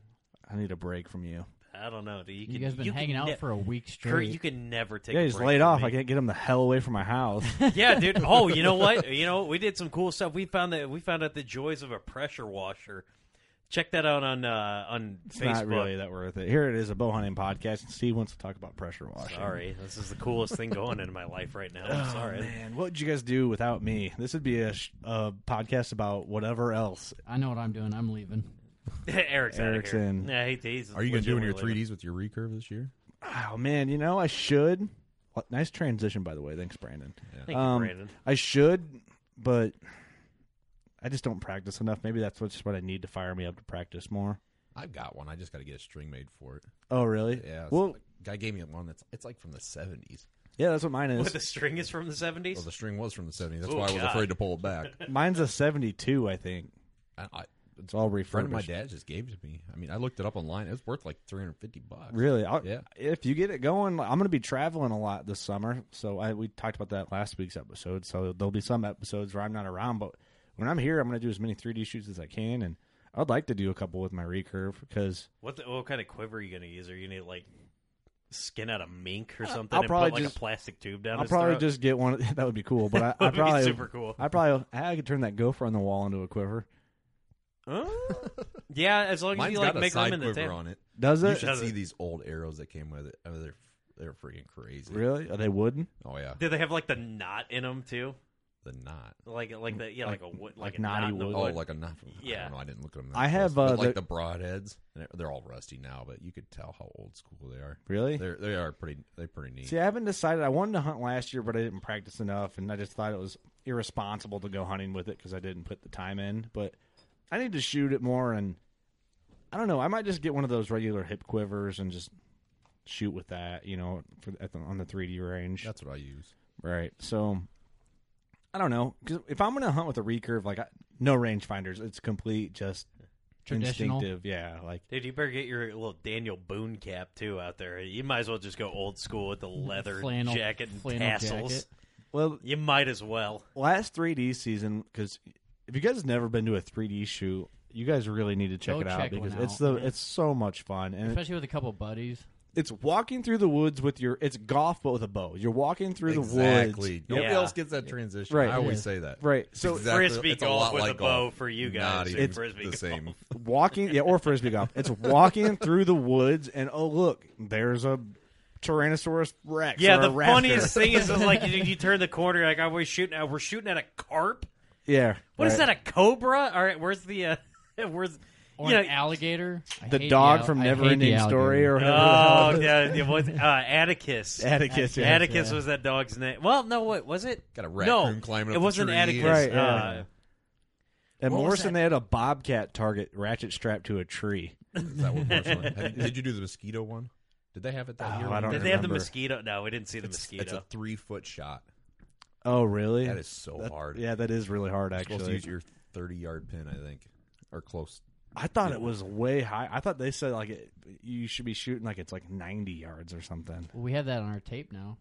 Speaker 6: I need a break from you.
Speaker 4: Uh, I don't know. dude. You,
Speaker 5: You
Speaker 4: can,
Speaker 5: guys been
Speaker 4: can
Speaker 5: hanging out
Speaker 4: ne-
Speaker 5: for a week
Speaker 4: Kurt,
Speaker 5: straight.
Speaker 4: you can never take.
Speaker 6: yeah,
Speaker 4: a
Speaker 6: he's
Speaker 4: break
Speaker 6: laid
Speaker 4: from
Speaker 6: off.
Speaker 4: me.
Speaker 6: I can't get him the hell away from my house.
Speaker 4: *laughs* Yeah, dude. Oh, you
Speaker 6: *laughs*
Speaker 4: know what? You know we did some cool stuff. We found that we found out the joys of a pressure washer. Check that out on uh, on
Speaker 6: it's
Speaker 4: Facebook.
Speaker 6: not really that worth it. Here it is, a bow hunting podcast, and Steve wants to talk about pressure washing.
Speaker 4: Sorry, this is the coolest thing going in my life right now.
Speaker 6: Oh,
Speaker 4: I'm sorry.
Speaker 6: man, what would you guys do without me? This would be a, sh- a podcast about whatever else.
Speaker 5: I know what I'm doing. I'm leaving.
Speaker 4: *laughs* Eric's, outta
Speaker 6: Eric's
Speaker 4: here.
Speaker 6: in.
Speaker 4: Yeah, he- he's
Speaker 3: Are you going to do in your
Speaker 4: legitimately leaving.
Speaker 3: 3ds with your recurve this year?
Speaker 6: Oh man, you know I should. What- Nice transition, by the way. Thanks, Brandon.
Speaker 4: Thank you,
Speaker 6: Um,
Speaker 4: Brandon.
Speaker 6: I should, but I just don't practice enough. Maybe that's what's what I need to fire me up to practice more.
Speaker 3: I've got one. I just got to get a string made for it.
Speaker 6: Oh really?
Speaker 3: Yeah. it's
Speaker 6: Well,
Speaker 3: like- guy gave me one that's it's like from the 70s.
Speaker 6: yeah, that's what mine
Speaker 4: What
Speaker 6: is.
Speaker 4: the string is from the
Speaker 3: Well,
Speaker 4: seventies.
Speaker 3: Oh, the string was from the 70s. That's
Speaker 4: Oh,
Speaker 3: why I was
Speaker 4: God.
Speaker 3: afraid to pull it back.
Speaker 6: *laughs* Mine's a seventy-two, I think.
Speaker 3: I, I,
Speaker 6: It's all
Speaker 3: a friend of
Speaker 6: refurbished.
Speaker 3: my dad just gave it to me. I mean, I looked it up online. It was worth like 350 bucks.
Speaker 6: Really? I'll,
Speaker 3: Yeah.
Speaker 6: If you get it going, I'm going to be traveling a lot this summer. So I we talked about that last week's episode. So there'll be some episodes where I'm not around, but when I'm here, I'm going to do as many 3D shoots as I can, and I'd like to do a couple with my recurve because
Speaker 4: What the, what kind of quiver are you gonna use? Are you gonna like skin out a mink or something
Speaker 6: Uh, I'll
Speaker 4: and
Speaker 6: probably
Speaker 4: put like
Speaker 6: just-
Speaker 4: a plastic tube down?
Speaker 6: I'll
Speaker 4: his
Speaker 6: probably
Speaker 4: throat?
Speaker 6: just get one. *laughs* That would be cool,
Speaker 4: *laughs*
Speaker 6: but I, I
Speaker 4: That'd be
Speaker 6: probably
Speaker 4: super cool.
Speaker 6: I probably I could turn that gopher on the wall into a quiver.
Speaker 4: Huh? yeah, as long as
Speaker 3: Mine's
Speaker 4: you like
Speaker 3: got
Speaker 4: make
Speaker 3: a side
Speaker 4: them in the
Speaker 3: quiver
Speaker 4: tail.
Speaker 3: on it.
Speaker 6: Does
Speaker 3: You
Speaker 6: it
Speaker 3: should
Speaker 4: Does
Speaker 3: see
Speaker 4: it?
Speaker 3: these old arrows that came with it. I mean, they're they're freaking crazy.
Speaker 6: really? Are they wooden?
Speaker 3: Oh yeah,
Speaker 4: Do they have like the knot in them too?
Speaker 3: the knot.
Speaker 4: Like like the yeah like, a wood like,
Speaker 6: like
Speaker 4: a knot
Speaker 6: knotty
Speaker 4: in the
Speaker 6: wood.
Speaker 3: Oh,
Speaker 4: wood.
Speaker 3: like a knot. From, I
Speaker 4: Yeah.
Speaker 3: don't know. I didn't look at them.
Speaker 6: I have, uh,
Speaker 3: like
Speaker 6: the-
Speaker 3: the broadheads. They're- They're all rusty now, but you could tell how old school they are.
Speaker 6: Really?
Speaker 3: They're they *laughs* are pretty. They're pretty neat.
Speaker 6: See, I haven't decided. I wanted to hunt last year, but I didn't practice enough, and I just thought it was irresponsible to go hunting with it because I didn't put the time in. But I need to shoot it more, and I don't know. I might just get one of those regular hip quivers and just shoot with that, you know, for at the, on the 3D range.
Speaker 3: That's what I use.
Speaker 6: Right. So I don't know 'Cause if I'm gonna hunt with a recurve, like I, no rangefinders, it's complete just
Speaker 5: Traditional.
Speaker 6: instinctive. Yeah, like
Speaker 4: Dude, you better get your little Daniel Boone cap too out there. You might as well just go old school with the leather
Speaker 5: Flannel-
Speaker 4: jacket and
Speaker 5: flannel
Speaker 4: tassels.
Speaker 5: jacket.
Speaker 6: well,
Speaker 4: You might as well.
Speaker 6: last 3D season because if you guys have never been to a 3D shoot, you guys really need to check
Speaker 5: Go
Speaker 6: it out
Speaker 5: check
Speaker 6: because
Speaker 5: one
Speaker 6: it's
Speaker 5: out.
Speaker 6: the it's so much fun and
Speaker 5: Especially with a couple buddies.
Speaker 6: it's walking through the woods with your it's golf but with a bow. You're walking through
Speaker 3: exactly.
Speaker 6: the woods.
Speaker 3: Nobody
Speaker 4: Yeah.
Speaker 3: else gets that transition.
Speaker 6: Right.
Speaker 3: I always
Speaker 5: Yeah.
Speaker 3: say that.
Speaker 6: Right. So
Speaker 3: So exactly,
Speaker 4: Frisbee
Speaker 3: it's a
Speaker 4: golf
Speaker 3: lot
Speaker 4: with
Speaker 3: like
Speaker 4: a bow
Speaker 3: golf.
Speaker 4: for you guys
Speaker 3: Not
Speaker 4: and
Speaker 3: even
Speaker 4: frisbee golf. *laughs*
Speaker 3: the same.
Speaker 6: walking yeah or frisbee golf it's walking *laughs* through the woods and oh look there's a tyrannosaurus rex
Speaker 4: Yeah,
Speaker 6: or
Speaker 4: the
Speaker 6: a raptor.
Speaker 4: funniest thing is, is like you, you turn the corner, you're like I was shooting. At, we're shooting at a carp.
Speaker 6: yeah
Speaker 4: What is
Speaker 6: right.
Speaker 4: that? A cobra? All right, where's the uh, *laughs* where's
Speaker 5: Or
Speaker 4: you know,
Speaker 5: an alligator. I hate
Speaker 6: the dog
Speaker 5: al-
Speaker 6: from
Speaker 5: I hate the
Speaker 6: neverending story
Speaker 5: alligator.
Speaker 6: or whatever *laughs*
Speaker 4: Oh,
Speaker 6: the hell it
Speaker 4: yeah, it was, uh, Atticus.
Speaker 6: is. atticus yeah.
Speaker 4: Atticus was that dog's name. Well, no, what was it?
Speaker 3: Got a
Speaker 4: no,
Speaker 3: raccoon climbing up
Speaker 4: It
Speaker 3: the
Speaker 4: wasn't
Speaker 3: tree.
Speaker 4: Atticus.
Speaker 6: Right, yeah.
Speaker 4: uh,
Speaker 6: at
Speaker 4: What was
Speaker 6: morrison
Speaker 4: that?
Speaker 6: they had a bobcat target ratchet strapped to a tree
Speaker 3: Is that what Marshall- have you- Did you do the mosquito one? Did they have it that
Speaker 6: Oh,
Speaker 3: year?
Speaker 6: I don't
Speaker 4: Did they have the
Speaker 6: remember.
Speaker 4: mosquito? No, we didn't see the mosquito.
Speaker 3: It's a three foot shot.
Speaker 6: oh really
Speaker 3: That is so
Speaker 6: That-
Speaker 3: hard.
Speaker 6: yeah that is really hard
Speaker 3: You're supposed to
Speaker 6: actually
Speaker 3: use your thirty yard pin, I think, or close.
Speaker 6: i thought it was way high i thought they said like it, you should be shooting like it's like 90 yards or something
Speaker 5: Well, we have that on our tape now.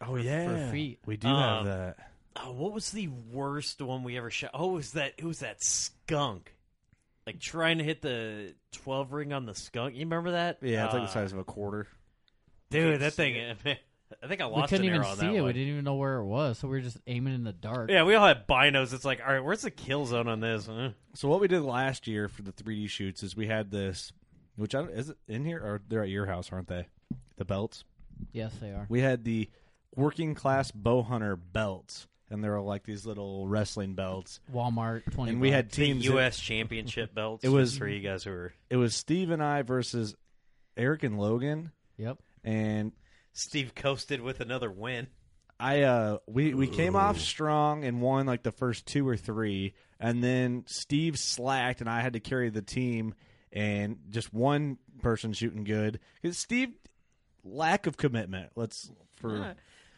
Speaker 6: oh yeah
Speaker 5: feet.
Speaker 6: we do have
Speaker 4: Um,
Speaker 6: that
Speaker 4: Oh, what was the worst one we ever shot? Oh, it was that it was that skunk, like trying to hit the twelve ring on the skunk. You remember that?
Speaker 6: yeah it's like
Speaker 4: Uh,
Speaker 6: the size of a quarter
Speaker 4: Dude, that thing. *laughs* I think I
Speaker 5: We
Speaker 4: lost
Speaker 5: couldn't
Speaker 4: an
Speaker 5: even
Speaker 4: arrow on
Speaker 5: see
Speaker 4: that
Speaker 5: it. We
Speaker 4: one.
Speaker 5: didn't even know where it was, so we were just aiming in the dark.
Speaker 4: Yeah, we all had binos. It's like, all right, where's the kill zone on this? Huh?
Speaker 6: So what we did last year for the 3D shoots is we had this, which I don't, is it in here or they're at your house, aren't they? The belts.
Speaker 5: Yes, they are.
Speaker 6: We had the working class bow hunter belts, and they were like these little wrestling belts.
Speaker 5: Walmart twenty.
Speaker 6: And we
Speaker 5: bucks.
Speaker 6: had
Speaker 4: The
Speaker 6: teams. that-
Speaker 4: U.S. Championship belts.
Speaker 6: It was-
Speaker 4: just for you guys who were
Speaker 6: It was Steve and I versus Eric and Logan, *laughs*
Speaker 5: Yep. *laughs*
Speaker 6: and
Speaker 4: Steve coasted with another win.
Speaker 6: I uh we we came off strong and won like the first two or three, and then Steve slacked and I had to carry the team and just one person shooting good because Steve lack of commitment. Let's for yeah,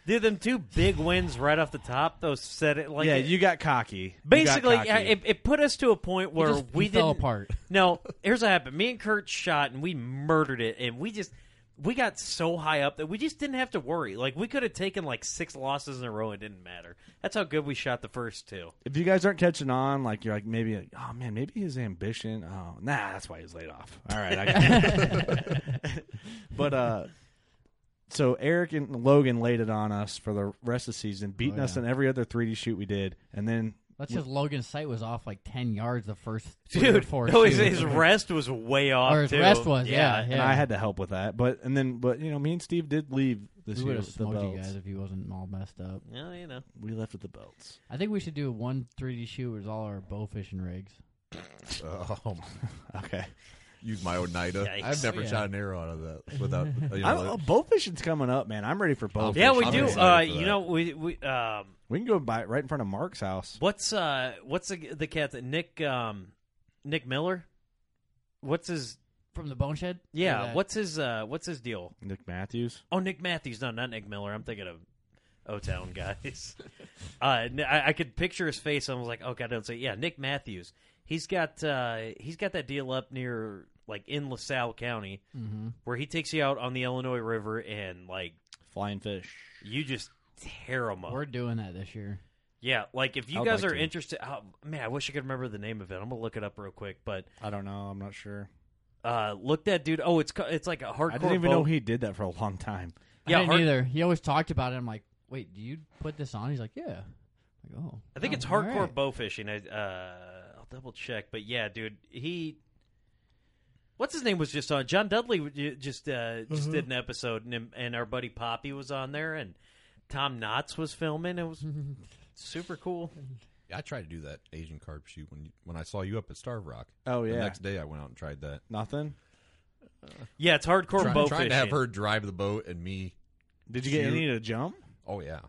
Speaker 4: Dude, them two big wins right off the top. Those set it like it-
Speaker 6: you got cocky. You got
Speaker 4: Basically,
Speaker 6: cocky.
Speaker 4: yeah, it, it put us to a point where
Speaker 5: just-
Speaker 4: we
Speaker 5: he fell
Speaker 4: *laughs* didn't-
Speaker 5: apart.
Speaker 4: No, here's what happened. Me and Kurt shot, and we murdered it, and we just we got so high up that we just didn't have to worry. Like we could have taken like six losses in a row and it didn't matter. That's how good we shot the first two.
Speaker 6: If you guys aren't catching on, like you're like maybe, like, oh man, maybe his ambition. Oh, nah, that's why he was laid off. All right, I
Speaker 4: *laughs*
Speaker 6: got it. but uh, so Eric and Logan laid it on us for the rest of the season, beating us
Speaker 5: yeah.
Speaker 6: in every other 3D shoot we did, and then
Speaker 5: That's just Logan's sight was off like ten yards the first three or
Speaker 4: Dude, *laughs*
Speaker 5: four
Speaker 4: no, his,
Speaker 5: shoots.
Speaker 4: his rest was way off.
Speaker 5: Or his
Speaker 4: too.
Speaker 5: rest was, yeah,
Speaker 6: and I had to help with that. But and then, but you know, me and Steve did leave this
Speaker 5: We would
Speaker 6: year
Speaker 5: have
Speaker 6: with the
Speaker 5: smoked you
Speaker 6: belts.
Speaker 5: guys if he wasn't all messed up.
Speaker 4: Yeah, you know.
Speaker 6: We left with the belts.
Speaker 5: I think we should do one 3D shoot with all our bow fishing rigs.
Speaker 3: Um,
Speaker 6: *laughs* Okay,
Speaker 3: use my Oneida.
Speaker 4: Yikes.
Speaker 3: I've never
Speaker 5: Yeah.
Speaker 3: shot an arrow out of that without. *laughs* You know,
Speaker 6: I'm, uh, bow fishing's coming up, man. I'm ready for bow.
Speaker 3: I'm
Speaker 4: Yeah, we
Speaker 3: I'm
Speaker 4: do.
Speaker 3: excited
Speaker 4: Uh,
Speaker 3: for
Speaker 4: you
Speaker 3: that.
Speaker 4: know, we we um,
Speaker 6: We can go by right in front of Mark's house.
Speaker 4: what's uh, what's the, the cat that Nick um, Nick Miller? What's his?
Speaker 5: From the bone shed?
Speaker 4: Yeah,
Speaker 5: that-
Speaker 4: what's his? Uh, what's his deal?
Speaker 6: Nick Matthews.
Speaker 4: Oh, Nick Matthews. No, not Nick Miller. I'm thinking of O Town guys. uh, n- I, I could picture his face. and I was like, oh god, don't say. Yeah, Nick Matthews. He's got uh, he's got that deal up near like in LaSalle County where he takes you out on the Illinois River and like
Speaker 6: Flying fish.
Speaker 4: you just tear him up.
Speaker 5: We're doing that this year.
Speaker 4: Yeah, like if you
Speaker 6: I would
Speaker 4: guys
Speaker 6: like
Speaker 4: are
Speaker 6: to.
Speaker 4: interested, oh, man, I wish I could remember the name of it. I'm gonna look it up real quick. But
Speaker 6: I don't know. I'm not sure.
Speaker 4: uh, look that dude. Oh, it's co- it's like a hardcore.
Speaker 6: I didn't even
Speaker 4: boat.
Speaker 6: know he did that for a long time.
Speaker 5: I
Speaker 4: Yeah,
Speaker 5: didn't
Speaker 4: hard-
Speaker 5: either. He always talked about it. I'm like, wait, do you put this on? He's like, yeah. I'm like, oh,
Speaker 4: I think
Speaker 5: oh,
Speaker 4: it's
Speaker 5: all
Speaker 4: hardcore
Speaker 5: right.
Speaker 4: bow fishing. I, uh, I'll double check, but yeah, dude, he. What's his name was just on John Dudley w- ju- just uh, just did an episode and him- and our buddy Poppy was on there and Tom Knotts was filming. It was super cool.
Speaker 3: I tried to do that Asian carp shoot when you, when I saw you up at Starve Rock.
Speaker 6: Oh,
Speaker 3: The
Speaker 6: yeah.
Speaker 3: next day I went out and tried that.
Speaker 6: Nothing.
Speaker 4: Yeah, it's hardcore
Speaker 3: Try-
Speaker 4: bow
Speaker 3: trying
Speaker 4: fishing.
Speaker 3: to have her drive the boat and me.
Speaker 6: Did you get
Speaker 3: Shoot.
Speaker 6: any to jump?
Speaker 3: Oh yeah,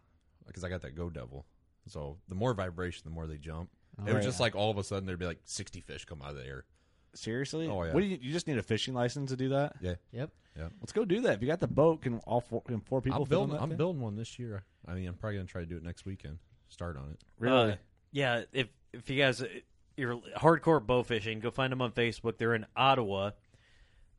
Speaker 3: because I got that Go Devil. So the more vibration, the more they jump.
Speaker 5: Oh,
Speaker 3: it was
Speaker 5: yeah.
Speaker 3: just like all of a sudden there'd be like sixty fish come out of the air.
Speaker 6: Seriously?
Speaker 3: Oh, yeah.
Speaker 6: What do you, you just need a fishing license to do that?
Speaker 3: Yeah,
Speaker 5: Yep.
Speaker 6: Let's go do that. If you got the boat, can all four, can four people
Speaker 3: I'm
Speaker 6: fit on
Speaker 3: building.
Speaker 6: that
Speaker 3: I'm
Speaker 6: thing?
Speaker 3: building one this year. I mean, I'm probably gonna try to do it next weekend. Start on it.
Speaker 6: Really?
Speaker 4: Uh, yeah, if if you guys uh, you're hardcore bow fishing, go find them on Facebook. They're in Ottawa.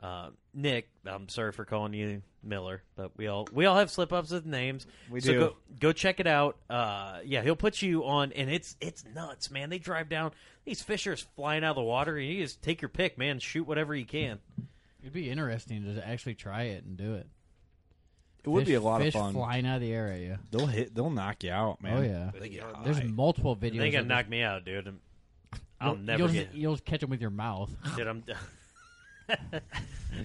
Speaker 4: Uh, Nick, I'm sorry for calling you Miller, but we all we all have slip ups with names.
Speaker 6: We
Speaker 4: so
Speaker 6: do.
Speaker 4: Go, go check it out. Uh, yeah, he'll put you on, and it's it's nuts, man. They drive down these fishers flying out of the water, and you just take your pick, man. Shoot whatever you can.
Speaker 5: It'd be interesting to actually try it and do it.
Speaker 6: it would
Speaker 5: Fish-
Speaker 6: be a lot of
Speaker 5: fish
Speaker 6: fun.
Speaker 5: flying out of the air at you.
Speaker 6: They'll hit. They'll knock you out, man.
Speaker 5: Oh yeah.
Speaker 3: They get
Speaker 5: There's
Speaker 3: high.
Speaker 5: multiple videos.
Speaker 4: They gonna
Speaker 5: of
Speaker 4: knock
Speaker 5: this-
Speaker 4: me out, dude. I'm- I'll
Speaker 5: you'll-
Speaker 4: never
Speaker 5: you'll
Speaker 4: get.
Speaker 5: just, you'll just catch them with your mouth.
Speaker 4: Dude, I'm done. *laughs*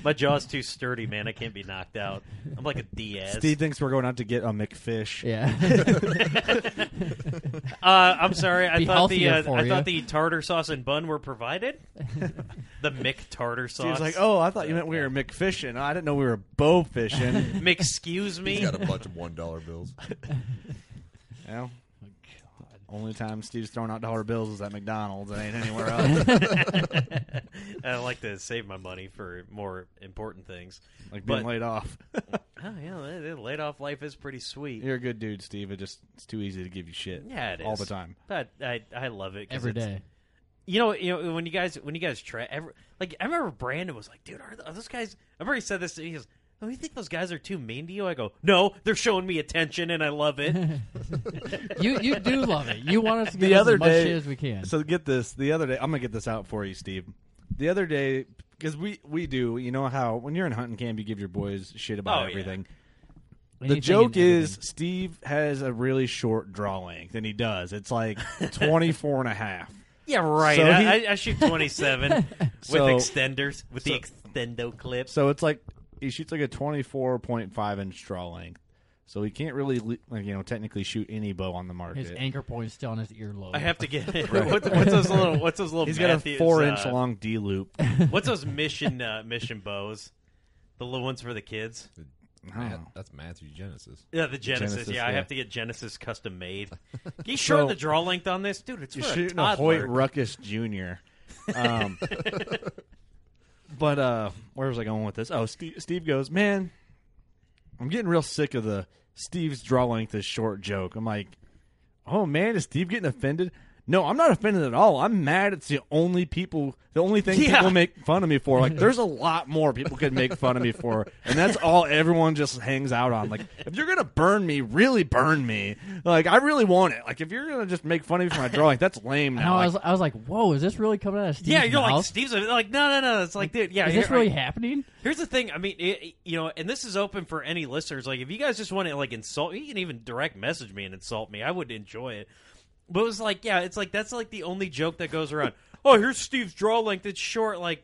Speaker 4: My jaw's too sturdy, man. I can't be knocked out. I'm like a Diaz.
Speaker 6: Steve thinks we're going out to get a McFish.
Speaker 5: yeah.
Speaker 4: Uh, I'm sorry. I
Speaker 5: Be
Speaker 4: thought the
Speaker 5: healthier
Speaker 4: uh,
Speaker 5: for
Speaker 4: I
Speaker 5: you.
Speaker 4: thought the tartar sauce and bun were provided. the Mick tartar sauce.
Speaker 6: Steve's like, oh, I thought you meant we were McFishing. I didn't know we were bow fishing.
Speaker 4: excuse me.
Speaker 3: He's got a bunch of one dollar bills.
Speaker 6: Yeah. Only time Steve's throwing out dollar bills is at McDonald's. It ain't anywhere else.
Speaker 4: *laughs* I like to save my money for more important things.
Speaker 6: like being
Speaker 4: But-
Speaker 6: laid off. *laughs*
Speaker 4: Oh yeah, the- the laid off life is pretty sweet.
Speaker 6: You're a good dude, Steve. It just it's too easy to give you shit.
Speaker 4: Yeah, it is
Speaker 6: all the time.
Speaker 4: But I I love it 'cause
Speaker 5: *laughs* Every
Speaker 4: it's-
Speaker 5: day.
Speaker 4: You know, you know when you guys when you guys try ever like I remember Brandon was like, dude, are, th- are those guys? I've already said this. to me. He goes, oh, you think those guys are too mean to you? I go, no, they're showing me attention and I love it.
Speaker 5: You you do love it. You want us to get
Speaker 6: The
Speaker 5: us
Speaker 6: other
Speaker 5: as much
Speaker 6: day,
Speaker 5: shit as we can.
Speaker 6: So get this. The other day, I'm gonna get this out for you, Steve. The other day, because we we do. You know how when you're in hunting camp, you give your boys shit about
Speaker 4: Oh, yeah.
Speaker 6: everything.
Speaker 5: Anything
Speaker 6: the
Speaker 5: and
Speaker 6: joke is
Speaker 5: everything.
Speaker 6: Steve has a really short draw length, and he does. It's
Speaker 5: *laughs*
Speaker 6: like 24 and a half.
Speaker 4: yeah, right.
Speaker 6: So
Speaker 4: I,
Speaker 6: he-
Speaker 4: I, I shoot
Speaker 6: *laughs*
Speaker 4: twenty seven
Speaker 6: So-
Speaker 4: with extenders with the extendo clips.
Speaker 6: So it's like he shoots like a 24.5 inch draw length. So he can't really, le- like, you know, technically shoot any bow on the market.
Speaker 5: his anchor point's still on his earlobe.
Speaker 4: I have to *laughs* get what's, what's those little what's those little
Speaker 6: He's got a
Speaker 4: Matthews,
Speaker 6: four inch
Speaker 4: uh,
Speaker 6: long D loop.
Speaker 4: What's those mission uh, mission bows? The little ones for the kids.
Speaker 3: Matt- that's Matthew Genesis.
Speaker 4: Yeah, the Genesis.
Speaker 6: Genesis,
Speaker 4: yeah, I
Speaker 6: yeah.
Speaker 4: have to get Genesis
Speaker 6: *laughs*
Speaker 4: custom made. Can you shorten the draw length on this, dude? It's
Speaker 6: You're
Speaker 4: for a
Speaker 6: shooting a
Speaker 4: toddler.
Speaker 6: Hoyt Ruckus Jr.
Speaker 4: *laughs*
Speaker 6: Um, but uh, where was I going with this? Oh, Steve, Steve goes, man, I'm getting real sick of the Steve's draw length is short joke. I'm like, oh man, is Steve getting offended? No, I'm not offended at all. I'm mad it's the only people, the only thing
Speaker 4: Yeah.
Speaker 6: people make fun of me for. Like, there's a lot more people could make fun of me for, and that's all everyone just hangs out on. Like, if you're gonna burn me, really burn me. Like, I really want it. Like, if you're gonna just make fun of me for my drawing, that's lame.
Speaker 5: And I
Speaker 6: Now,
Speaker 5: was,
Speaker 6: Like,
Speaker 5: I was like, whoa, is this really coming out of Steve's
Speaker 4: yeah, you're like
Speaker 5: mouth?
Speaker 4: Steve's like no, no, no. It's like, dude, yeah.
Speaker 5: is
Speaker 4: here-
Speaker 5: this really
Speaker 4: I- *laughs*
Speaker 5: happening?
Speaker 4: Here's the thing. I mean, it, you know, and this is open for any listeners. Like, if you guys just want to like insult, you can even direct message me and insult me. I would enjoy it. But it was like, yeah, it's like that's like the only joke that goes around. *laughs* oh, here's Steve's draw length. It's short. Like,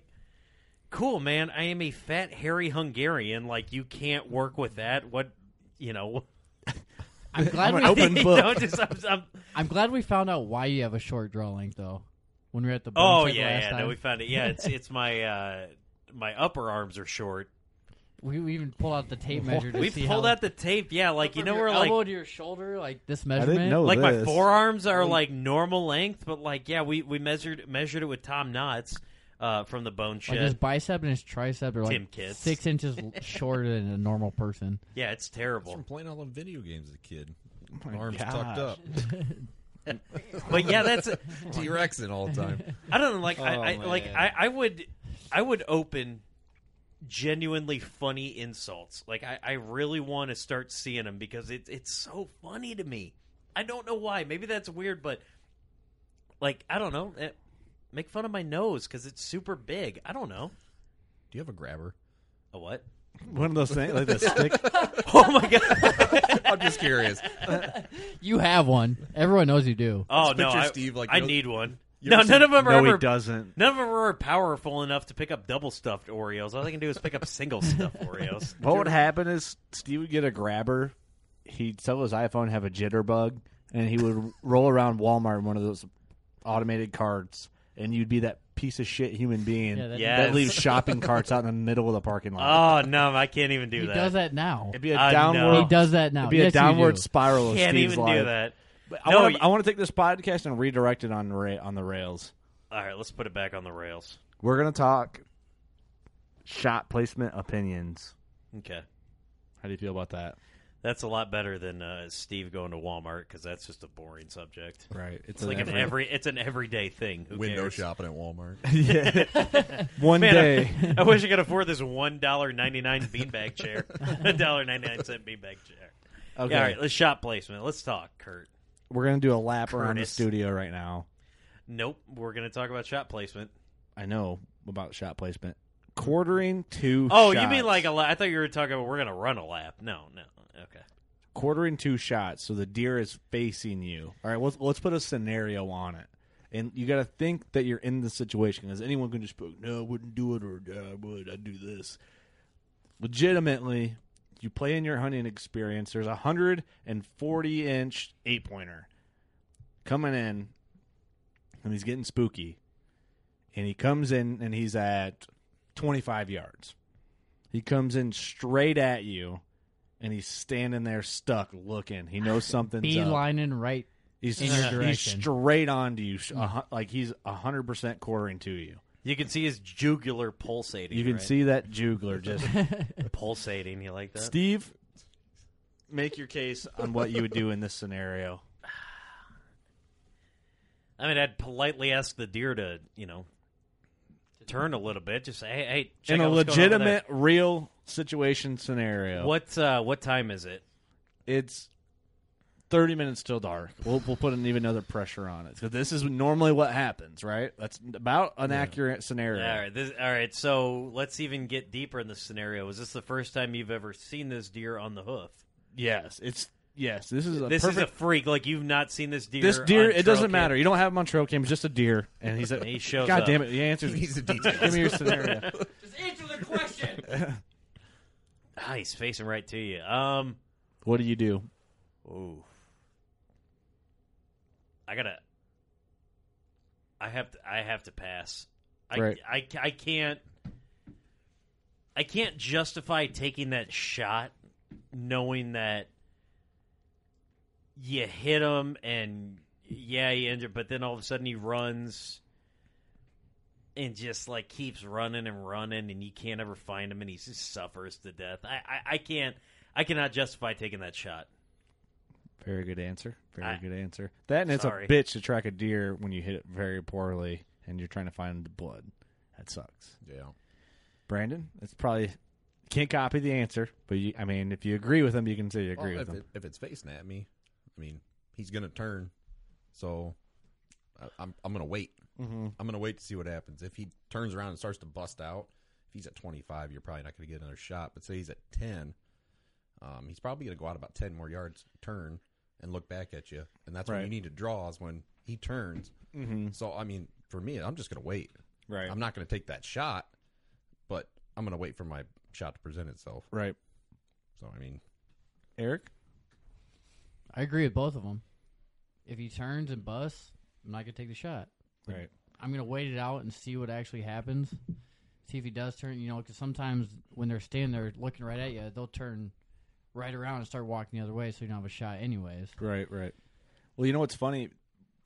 Speaker 4: cool, man. I am a fat, hairy Hungarian. Like, you can't work with that. What, you know? *laughs*
Speaker 5: I'm glad we
Speaker 6: an open
Speaker 4: you
Speaker 6: book.
Speaker 4: know, just- I'm-
Speaker 5: *laughs*
Speaker 4: I'm-
Speaker 5: I'm glad we found out why you have a short draw length though. When we were at the
Speaker 4: oh
Speaker 5: bone check
Speaker 4: yeah,
Speaker 5: last
Speaker 4: yeah.
Speaker 5: time,
Speaker 4: No, we found it. Yeah, it's it's my uh my upper arms are short.
Speaker 5: we, we even pulled out the tape measure. To
Speaker 4: We
Speaker 5: see
Speaker 4: pulled
Speaker 5: how,
Speaker 4: out the tape. Yeah, like you
Speaker 5: from
Speaker 4: know
Speaker 5: your
Speaker 4: we're like
Speaker 5: elbow to your shoulder, like this
Speaker 6: I
Speaker 5: measurement.
Speaker 3: Oh,
Speaker 6: didn't know
Speaker 4: like my
Speaker 6: this.
Speaker 4: forearms are like normal length, but like yeah, we we measured measured it with Tom Knotts uh, from the Bone
Speaker 5: Like
Speaker 4: Shed.
Speaker 5: his bicep and his tricep
Speaker 4: Tim
Speaker 5: are like
Speaker 4: Kitts.
Speaker 5: six inches l- shorter than a normal person.
Speaker 4: yeah, it's
Speaker 3: That's from
Speaker 4: terrible.
Speaker 3: playing all the video games as a kid.
Speaker 6: my
Speaker 3: Arms
Speaker 6: gosh.
Speaker 3: tucked up,
Speaker 4: *laughs* But yeah, that's
Speaker 3: T Rexing all the time.
Speaker 4: I don't know. Like
Speaker 3: Oh,
Speaker 4: I, I like
Speaker 3: man.
Speaker 4: I, I would I would open genuinely funny insults. Like I, I really want to start seeing them because it's it's so funny to me. I don't know why. Maybe that's weird, but like I don't know. Eh, Make fun of my nose because it's super big. I don't know.
Speaker 3: Do you have a grabber?
Speaker 4: A what? *laughs*
Speaker 6: One of those things, like
Speaker 5: *laughs*
Speaker 6: the stick.
Speaker 4: Oh my god!
Speaker 3: I'm just curious.
Speaker 5: You have one. Everyone knows you do.
Speaker 4: Oh
Speaker 3: Just
Speaker 4: no,
Speaker 3: picture
Speaker 4: I,
Speaker 3: Steve, like,
Speaker 4: I
Speaker 3: you know-
Speaker 4: need one.
Speaker 3: you
Speaker 4: No,
Speaker 3: ever
Speaker 4: none
Speaker 3: see-
Speaker 4: of them are
Speaker 6: no, he
Speaker 4: ever.
Speaker 6: doesn't.
Speaker 4: None of them are powerful enough to pick up double stuffed Oreos. All they can do is pick up single
Speaker 3: *laughs*
Speaker 4: stuffed Oreos.
Speaker 6: What would happen is Steve would get a grabber. He'd sell his iPhone, have a jitterbug, and he would *laughs* roll around Walmart in one of those automated carts, and you'd be that piece of shit human being
Speaker 5: Yeah, that-
Speaker 4: Yeah.
Speaker 6: that leaves shopping carts out in the middle of the parking lot.
Speaker 4: Oh no, I can't even do
Speaker 5: he
Speaker 4: that.
Speaker 5: does that now.
Speaker 6: It'd be a
Speaker 4: uh,
Speaker 6: downward.
Speaker 4: no.
Speaker 5: He does that now.
Speaker 6: It'd be
Speaker 5: yes,
Speaker 6: a
Speaker 5: you
Speaker 6: downward
Speaker 5: do.
Speaker 6: spiral of
Speaker 4: Can't
Speaker 6: Steve's
Speaker 4: even
Speaker 6: life.
Speaker 4: do that.
Speaker 6: I
Speaker 4: No,
Speaker 6: want
Speaker 4: you-
Speaker 6: to. I want to take this podcast and redirect it on ra- on the rails.
Speaker 4: All right, let's put it back on the rails.
Speaker 6: We're gonna talk shot placement opinions.
Speaker 4: Okay,
Speaker 6: How do you feel about that?
Speaker 4: that's a lot better than uh, Steve going to Walmart because that's just a boring subject.
Speaker 6: Right,
Speaker 4: It's like an every it's an everyday thing. Who
Speaker 3: Window
Speaker 4: cares?
Speaker 3: shopping at Walmart.
Speaker 6: one
Speaker 4: Man, *laughs*
Speaker 6: day.
Speaker 4: I, I wish I could afford this one dollar ninety
Speaker 3: *laughs*
Speaker 4: nine beanbag chair, *laughs* a dollar ninety nine cent beanbag chair.
Speaker 6: Okay.
Speaker 4: Yeah, all right, let's shop placement. Let's talk, Kurt.
Speaker 6: We're gonna do a lap around the
Speaker 4: Curtis.
Speaker 6: studio right now.
Speaker 4: Nope, we're going to talk about shot placement.
Speaker 6: I know about shot placement. Quartering two.
Speaker 4: Oh, you
Speaker 6: shots.
Speaker 4: mean like a lap? I thought you were talking about we're going to run a lap. No, no. Okay.
Speaker 6: quartering two shots, so the deer is facing you. All right, let's let's put a scenario on it, and you got to think that you're in the situation because anyone can just put, no, I wouldn't do it, or "Yeah, I would, I'd do this. Legitimately, you play in your hunting experience. There's a hundred and forty inch eight pointer coming in, and he's getting spooky, and he comes in and he's at twenty five yards. He comes in straight at you and he's standing there stuck looking. He knows something's
Speaker 5: Be
Speaker 6: up.
Speaker 5: lining right.
Speaker 6: He's,
Speaker 5: in your
Speaker 6: he's
Speaker 5: direction.
Speaker 6: straight on to you, sh- a hu- like he's hundred percent quartering to you.
Speaker 4: You can see his jugular pulsating.
Speaker 6: You can
Speaker 4: right?
Speaker 6: see that jugler just
Speaker 4: *laughs* pulsating. You like that?
Speaker 6: Steve. Make your case um, on what you would do in this scenario.
Speaker 4: I mean, I'd politely ask the deer to, you know, turn a little bit. Just say, hey, hey, check
Speaker 6: in a
Speaker 4: out what's going on over there.
Speaker 6: legitimate, real situation scenario.
Speaker 4: What uh, what time is it?
Speaker 6: It's thirty minutes till dark. We'll we'll put an even another pressure on it because this is normally what happens, right? That's about an accurate scenario.
Speaker 4: All right, this, all right. So let's even get deeper in this scenario. Is this the first time you've ever seen this deer on the hoof?
Speaker 6: Yes, it's yes. This is a
Speaker 4: This
Speaker 6: perfect
Speaker 4: is a freak. Like you've not seen this deer.
Speaker 6: This deer,
Speaker 4: on
Speaker 6: it
Speaker 4: trail
Speaker 6: doesn't
Speaker 4: cam.
Speaker 6: matter. You don't have him on trail cam. It's just a deer, and he's a
Speaker 4: *laughs* He shows
Speaker 6: God
Speaker 4: up.
Speaker 6: damn it! The
Speaker 4: *laughs*
Speaker 6: answer
Speaker 3: He's
Speaker 6: is
Speaker 3: the detail.
Speaker 6: *laughs* give me your scenario.
Speaker 4: Ah, he's facing right to you. Um,
Speaker 6: what do you do?
Speaker 4: ooh, I gotta. I have to. I have to pass. I,
Speaker 6: Right.
Speaker 4: I, I can't. I can't justify taking that shot, knowing that you hit him and yeah, he injured, but then all of a sudden he runs and just like keeps running and running, and you can't ever find him, and he just suffers to death. I, I, I can't. I cannot justify taking that shot.
Speaker 6: Very good answer. Very
Speaker 4: I-
Speaker 6: good answer. That and it's
Speaker 4: Sorry.
Speaker 6: a bitch to track a deer when you hit it very poorly and you're trying to find the blood. That sucks.
Speaker 3: Yeah.
Speaker 6: Brandon, it's probably can't copy the answer, but you, I mean, if you agree with him, you can say you agree
Speaker 3: Well,
Speaker 6: with
Speaker 3: if,
Speaker 6: him.
Speaker 3: it, if it's facing at me, I mean, he's gonna turn. So I, I'm I'm gonna wait.
Speaker 6: Mhm.
Speaker 3: I'm gonna wait to see what happens. If he turns around and starts to bust out, if he's at 25, you're probably not gonna get another shot. But say he's at 10, um, he's probably gonna go out about 10 more yards, turn, and look back at you. And that's when
Speaker 6: Right.
Speaker 3: you need to draw is when he turns. So I mean, for me, I'm just gonna wait.
Speaker 6: Mm-hmm. Right.
Speaker 3: I'm not gonna take that shot, but I'm gonna wait for my shot to present itself.
Speaker 6: right.
Speaker 3: So I mean,
Speaker 6: Eric?
Speaker 5: I agree with both of them. If he turns and busts, I'm not gonna take the shot.
Speaker 6: Right.
Speaker 5: I'm gonna wait it out and see what actually happens. See if he does turn. You know, because sometimes when they're standing there looking right at you, they'll turn right around and start walking the other way, so you don't have a shot,
Speaker 6: *laughs*
Speaker 5: anyways.
Speaker 6: Right, right. Well, you know what's funny,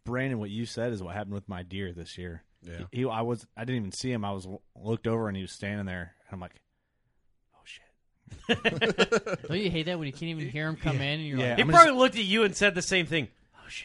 Speaker 6: Brandon? What you said is what happened with my deer this year.
Speaker 3: Yeah.
Speaker 6: He, he- I was, I didn't even see him. I was l- looked over and he was standing there, and I'm like, oh shit.
Speaker 5: Don't you hate that when you can't even hear him come in and you're
Speaker 6: Yeah.
Speaker 5: like,
Speaker 4: He
Speaker 6: I'm
Speaker 4: probably looked at you and said the same thing.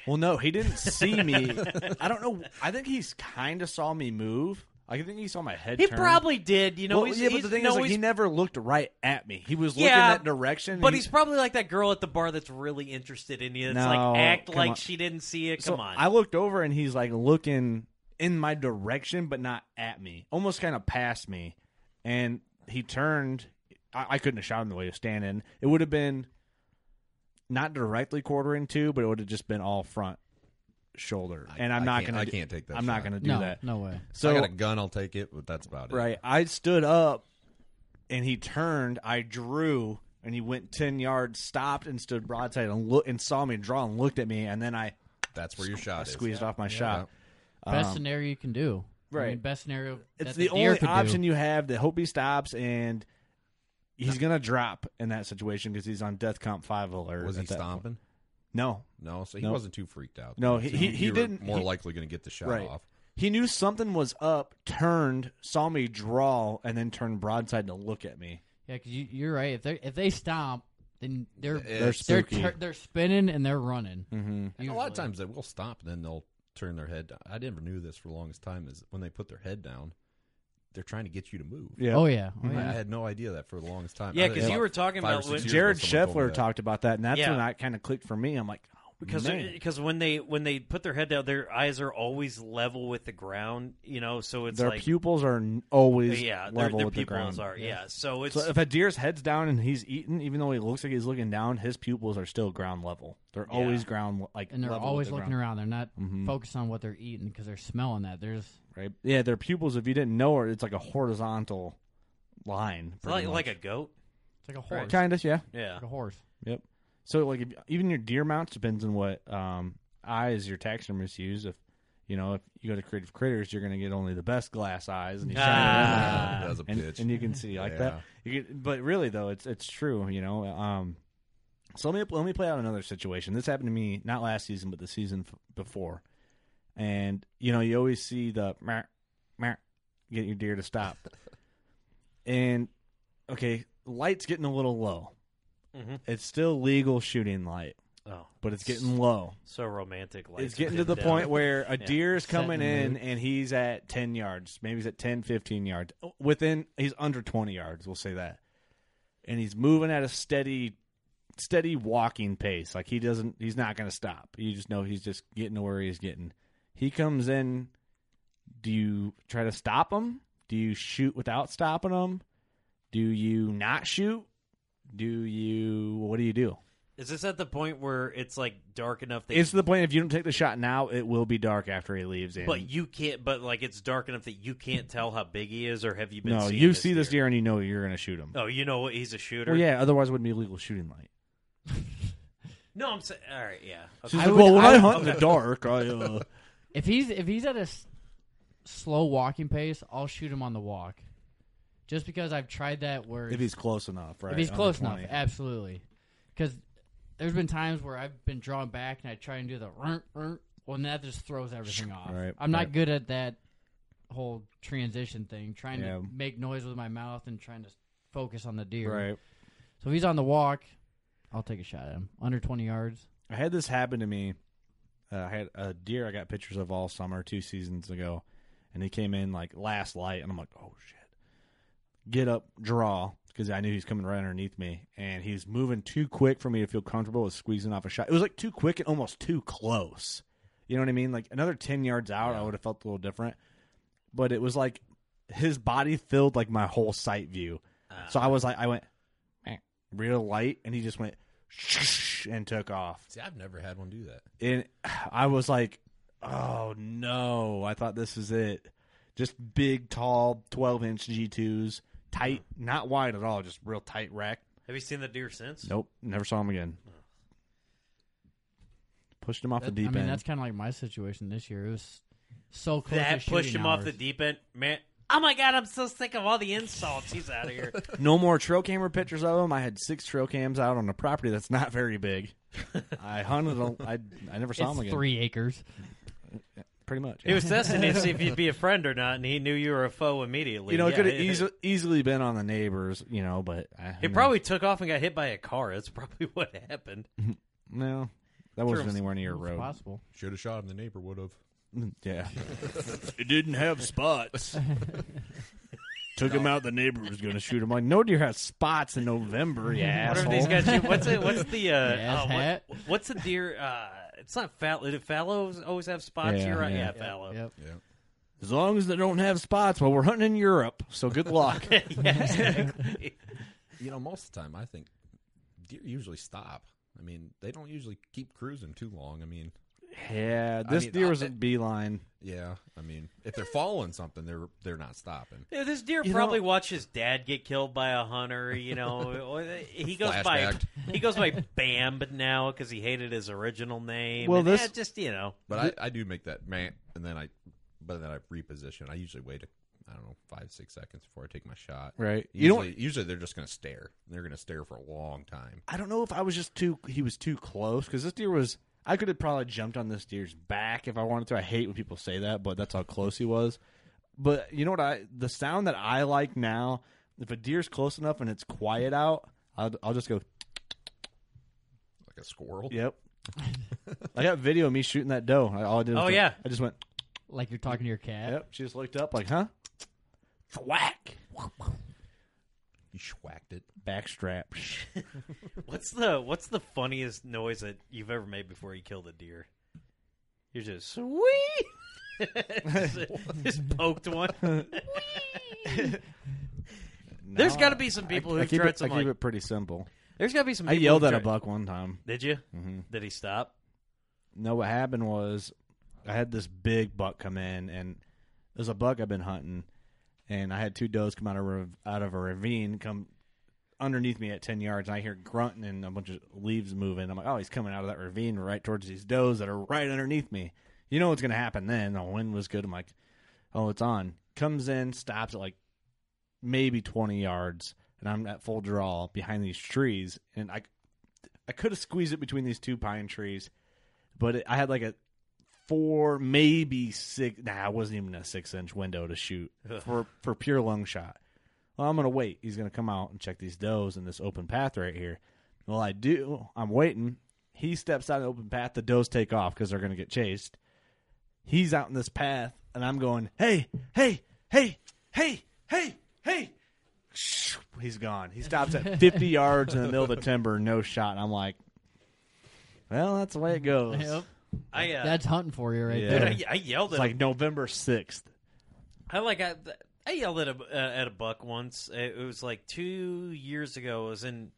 Speaker 6: Well, no, he didn't see
Speaker 3: *laughs*
Speaker 6: me. I don't know. I think he's kind of saw me move. I think he saw my head.
Speaker 4: He
Speaker 6: turn.
Speaker 4: probably did. You know,
Speaker 6: well,
Speaker 4: he's,
Speaker 6: yeah, but
Speaker 4: he's-
Speaker 6: the thing
Speaker 4: no,
Speaker 6: is, like,
Speaker 4: he's-
Speaker 6: he never looked right at me. He was looking
Speaker 4: Yeah,
Speaker 6: that direction. and
Speaker 4: but
Speaker 6: he-
Speaker 4: he's probably like that girl at the bar that's really interested in you. It's
Speaker 6: No,
Speaker 4: like act
Speaker 6: come
Speaker 4: like
Speaker 6: on.
Speaker 4: she didn't see it.
Speaker 6: so
Speaker 4: Come on.
Speaker 6: I looked over and he's like looking in my direction, but not at me. Almost kind of past me, and he turned. I, I couldn't have shot him the way he was standing. It would have been not directly quarter into, but it would have just been all front shoulder. and I'm
Speaker 3: I
Speaker 6: not
Speaker 3: can't-
Speaker 6: gonna.
Speaker 3: I
Speaker 6: do-
Speaker 3: can't take that
Speaker 6: I'm
Speaker 3: shot.
Speaker 6: not gonna do
Speaker 5: no,
Speaker 6: that.
Speaker 5: no way.
Speaker 6: So
Speaker 3: I got a gun, I'll take it, but that's about it.
Speaker 6: Right. I stood up and he turned, I drew, and he went ten yards, stopped and stood broadside and look and saw me draw and looked at me and then I,
Speaker 3: That's where your
Speaker 6: I
Speaker 3: shot is.
Speaker 6: squeezed off my shot.
Speaker 5: Best scenario you can do. I
Speaker 6: Um, right.
Speaker 5: mean, best scenario.
Speaker 6: It's
Speaker 5: that
Speaker 6: the,
Speaker 5: deer
Speaker 6: only
Speaker 5: could do.
Speaker 6: option you have to hope he stops and he's gonna drop in that situation because he's on death comp five alert.
Speaker 3: Was he
Speaker 6: at that point.
Speaker 3: stomping?
Speaker 6: No.
Speaker 3: No, so he
Speaker 6: Nope.
Speaker 3: wasn't too freaked out.
Speaker 6: No, he-
Speaker 3: So
Speaker 6: he-
Speaker 3: you-
Speaker 6: he
Speaker 3: you were
Speaker 6: didn't-
Speaker 3: More
Speaker 6: he-
Speaker 3: likely going to get the shot
Speaker 6: right.
Speaker 3: off.
Speaker 6: He knew something was up, turned, saw me draw, and then turned broadside to look at me.
Speaker 5: Yeah, because you, you're right. If they if they stomp, then they're
Speaker 3: They're
Speaker 5: they're,
Speaker 6: spooky.
Speaker 5: tur- they're spinning and they're running.
Speaker 6: Mm-hmm.
Speaker 3: And a lot of
Speaker 5: Usually.
Speaker 3: times they will stop and then they'll turn their head. down. I never knew this for the longest time is when they put their head down, they're trying to get you to move.
Speaker 6: Yeah. Mm-hmm.
Speaker 5: Oh yeah. Oh,
Speaker 3: I, I
Speaker 5: yeah.
Speaker 3: had no idea that for the longest time.
Speaker 4: yeah,
Speaker 3: Other
Speaker 4: because
Speaker 3: than
Speaker 4: you
Speaker 3: about
Speaker 4: were talking
Speaker 3: five or
Speaker 4: about
Speaker 3: six
Speaker 4: when,
Speaker 3: years
Speaker 6: Jared
Speaker 3: ago, someone told me
Speaker 6: Scheffler
Speaker 3: that.
Speaker 6: talked about that, and that's
Speaker 4: Yeah.
Speaker 6: when that kind of clicked for me. I'm like, oh,
Speaker 4: because
Speaker 6: man.
Speaker 4: because when they when they put their head down, their eyes are always level with the ground. You know, so it's
Speaker 6: their
Speaker 4: like
Speaker 6: pupils are n- always
Speaker 4: yeah, their,
Speaker 6: level
Speaker 4: their
Speaker 6: with the
Speaker 4: pupils
Speaker 6: ground.
Speaker 4: are yeah. So it's
Speaker 6: So if a deer's head's down and he's eating, even though he looks like he's looking down, his pupils are still ground level. They're
Speaker 4: Yeah.
Speaker 6: always ground le- like
Speaker 5: and they're
Speaker 6: level
Speaker 5: always
Speaker 6: with the
Speaker 5: looking
Speaker 6: ground,
Speaker 5: around. They're not
Speaker 6: Mhm.
Speaker 5: focused on what they're eating because they're smelling that. There's
Speaker 6: Right? Yeah, their pupils. If you didn't know it, it's like a horizontal line.
Speaker 4: it's like like a goat.
Speaker 5: it's like a horse.
Speaker 6: kind of yeah.
Speaker 4: Yeah,
Speaker 5: Like a horse.
Speaker 6: Yep. So like if, even your deer mounts depends on what um, eyes your taxidermist use. If you know if you go to Creative Critters, you're going to get only the best glass eyes, and you shine
Speaker 4: Ah.
Speaker 6: them
Speaker 3: That was a
Speaker 6: and,
Speaker 3: bitch.
Speaker 6: and you can see like that. You can, but really though, it's it's true. You know. Um, so let me let me play out another situation. This happened to me not last season, but the season f- before. And you know, you always see the meh, meh, get your deer to
Speaker 3: *laughs*
Speaker 6: stop. and okay, light's getting a little low.
Speaker 4: Mhm.
Speaker 6: It's still legal shooting light,
Speaker 4: oh,
Speaker 6: but it's getting low.
Speaker 4: so romantic.
Speaker 6: It's
Speaker 4: *laughs*
Speaker 6: getting to the point where
Speaker 5: *laughs*
Speaker 6: a
Speaker 4: Yeah.
Speaker 6: deer is
Speaker 5: Setting
Speaker 6: coming
Speaker 5: the
Speaker 6: in
Speaker 5: mood.
Speaker 6: and he's at 10 yards. Maybe he's at 10, 15 yards. Oh, Within, he's under 20 yards, we'll say that. And he's moving at a steady, steady walking pace. Like he doesn't, he's not going to stop. You just know he's just getting to where he's getting. He comes in. Do you try to stop him? Do you shoot without stopping him? Do you not shoot? Do you, what do you do?
Speaker 4: is this at the point where it's like dark enough that
Speaker 6: It's to the point if you don't take the shot now, it will be dark after he leaves. And
Speaker 4: But you can't. But like, it's dark enough that you can't tell how big he is, or have you been?
Speaker 6: No,
Speaker 4: seeing
Speaker 6: you see this deer and you know you're going to shoot him.
Speaker 4: Oh, you know what? He's a shooter.
Speaker 6: Well, yeah, otherwise it wouldn't be illegal shooting light.
Speaker 4: No, I'm saying. All right, yeah.
Speaker 6: She's like,
Speaker 5: I would-
Speaker 6: well, when I,
Speaker 5: I-
Speaker 6: hunt in the dark, I, uh,
Speaker 5: If he's if he's at a s- slow walking pace, I'll shoot him on the walk. Just because I've tried that where
Speaker 6: if he's close enough, right?
Speaker 5: if he's
Speaker 6: under
Speaker 5: close
Speaker 6: 20.
Speaker 5: enough, absolutely. Because there's been times where I've been drawn back and I try and do the rrrt, rrrt, well, and that just throws everything off.
Speaker 6: Right,
Speaker 5: I'm not
Speaker 6: right.
Speaker 5: good at that whole transition thing, trying
Speaker 6: Yeah.
Speaker 5: to make noise with my mouth and trying to s- focus on the deer.
Speaker 6: right?
Speaker 5: So if he's on the walk. I'll take a shot at him under 20 yards.
Speaker 6: I had this happen to me. Uh, I had a deer I got pictures of all summer, two seasons ago, and he came in like last light, and I'm like, oh shit. Get up, draw, because I knew he's coming right underneath me, and he was moving too quick for me to feel comfortable with squeezing off a shot. It was like too quick and almost too close. You know what I mean? Like another 10 yards out, I would have felt a little different. But it was like his body filled like my whole sight view. so I was like, I went "Meh," real light, and he just went and took off.
Speaker 3: See, I've never had one do that.
Speaker 6: And *sighs* I was like, oh no, I thought this was it. Just big, tall, 12 inch G2s, tight, not wide at all, just real tight rack.
Speaker 4: Have you seen the deer since?
Speaker 6: Nope, never saw him again. Pushed him off the deep
Speaker 5: I mean,
Speaker 6: end.
Speaker 5: that's kind of like my situation this year. It was so close.
Speaker 4: That
Speaker 5: to
Speaker 4: pushed
Speaker 5: shooting
Speaker 4: him off the
Speaker 5: hours.
Speaker 4: deep end, man. Oh my god, I'm so sick of all the insults. He's out of here.
Speaker 6: no more trail camera pictures of him. I had six trail cams out on a property that's not very
Speaker 5: *laughs*
Speaker 6: big. I hunted. A, I I never saw him
Speaker 5: It's
Speaker 6: again.
Speaker 5: three acres.
Speaker 6: pretty much.
Speaker 4: He was testing to see if you'd be a friend or not, and he knew you were a foe immediately.
Speaker 6: you know, it
Speaker 4: Yeah,
Speaker 6: could have easily easily been on the neighbors. You know, but I,
Speaker 4: He probably took off and got hit by a car. That's probably *laughs* what happened.
Speaker 6: no. That wasn't
Speaker 4: Sure.
Speaker 6: anywhere near a
Speaker 5: It's
Speaker 6: road.
Speaker 5: possible.
Speaker 3: Should have shot him. The neighbor would have.
Speaker 6: Yeah. it didn't have spots. Took him out. The neighbor was going to shoot him. Like, no deer has spots in November. Yeah.
Speaker 4: What are these guys? do- What's it? What's the? Uh,
Speaker 5: Yes,
Speaker 4: uh, what-
Speaker 5: hat.
Speaker 4: what's the deer? Uh, it's not fallow. Do fallows always have spots?
Speaker 6: Yeah,
Speaker 4: You're right.
Speaker 6: yeah.
Speaker 4: Yeah,
Speaker 6: Yep,
Speaker 4: fallow.
Speaker 5: Yep.
Speaker 6: As long as they don't have spots, well, we're hunting in Europe, so good luck.
Speaker 4: yeah, exactly.
Speaker 3: You know, most of the time, I think deer usually stop. I mean, they don't usually keep cruising too long. I mean,
Speaker 6: yeah, this
Speaker 3: mean,
Speaker 6: deer
Speaker 3: I-
Speaker 6: was a beeline.
Speaker 3: yeah. I mean, if they're following something, they're they're not stopping.
Speaker 4: Yeah, this deer
Speaker 6: You
Speaker 4: probably
Speaker 6: know-
Speaker 4: watched his dad get killed by a hunter. You know, *laughs* uh, he goes
Speaker 3: Flashback.
Speaker 4: by he goes by Bam now because he hated his original name.
Speaker 6: Well,
Speaker 4: and,
Speaker 6: this-
Speaker 4: eh, just you know,
Speaker 3: But I, I do make that man, and then I, but then I reposition. I usually wait, I I don't know, five six seconds before I take my shot.
Speaker 6: Right. You don't-
Speaker 3: Usually, usually they're just gonna stare. They're gonna stare for a long time.
Speaker 6: I don't know if I was just too. He was too close because this deer was. I could have probably jumped on this deer's back if I wanted to. I hate when people say that, but that's how close he was. But you know what? I the sound that I like now. If a deer's close enough and it's quiet out, I'll, I'll just go.
Speaker 3: Like a squirrel.
Speaker 6: Yep. I got video of me shooting that doe. I, all I did. Was
Speaker 4: Oh,
Speaker 6: go-
Speaker 4: yeah.
Speaker 6: I just went.
Speaker 5: Like you're talking to your cat.
Speaker 6: Yep. She just looked up like, huh? Thwack.
Speaker 3: You schwacked it.
Speaker 6: Backstrap.
Speaker 4: what's the what's the funniest noise that you've ever made before you killed a deer? You're just sweet. *laughs* just, just poked one. There's got to be some
Speaker 6: I,
Speaker 4: people who
Speaker 6: I
Speaker 4: have
Speaker 6: keep
Speaker 4: tried
Speaker 6: it, I
Speaker 4: some.
Speaker 6: keep
Speaker 4: Like,
Speaker 6: it pretty simple.
Speaker 4: there's got to be some.
Speaker 6: I
Speaker 4: people
Speaker 6: yelled
Speaker 4: who've
Speaker 6: at a
Speaker 4: tried-
Speaker 6: buck one time.
Speaker 4: Did you?
Speaker 6: Mhm.
Speaker 4: Did he stop?
Speaker 6: No, what happened was I had this big buck come in, and it was a buck I've been hunting, and I had two does come out of a, out of a ravine come underneath me at ten yards, and I hear grunting and a bunch of leaves moving. I'm like, oh, he's coming out of that ravine right towards these does that are right underneath me. You know what's gonna happen then? The wind was good. I'm like, oh, it's on. Comes in, stops at like maybe twenty yards, and I'm at full draw behind these trees, and I I could have squeezed it between these two pine trees but it, I had like a four, maybe six. Nah, it wasn't even a six inch window to shoot for for pure lung shot. Well, I'm gonna wait. He's gonna come out and check these does in this open path right here. Well, I do. I'm waiting. He steps out of the open path. The does take off because they're gonna get chased. He's out in this path, and I'm going, hey, hey, hey, hey, hey, hey. He's gone. He stops at 50 yards in the middle of the timber, no shot. And I'm like, well, that's the way it goes.
Speaker 5: Yep.
Speaker 4: I uh,
Speaker 5: That's hunting for you right
Speaker 6: Yeah.
Speaker 5: there.
Speaker 4: I, I yelled at
Speaker 6: It's
Speaker 4: him.
Speaker 6: like November sixth.
Speaker 4: I like I, I yelled at a uh, at a buck once. It, it was like two years ago. I was in,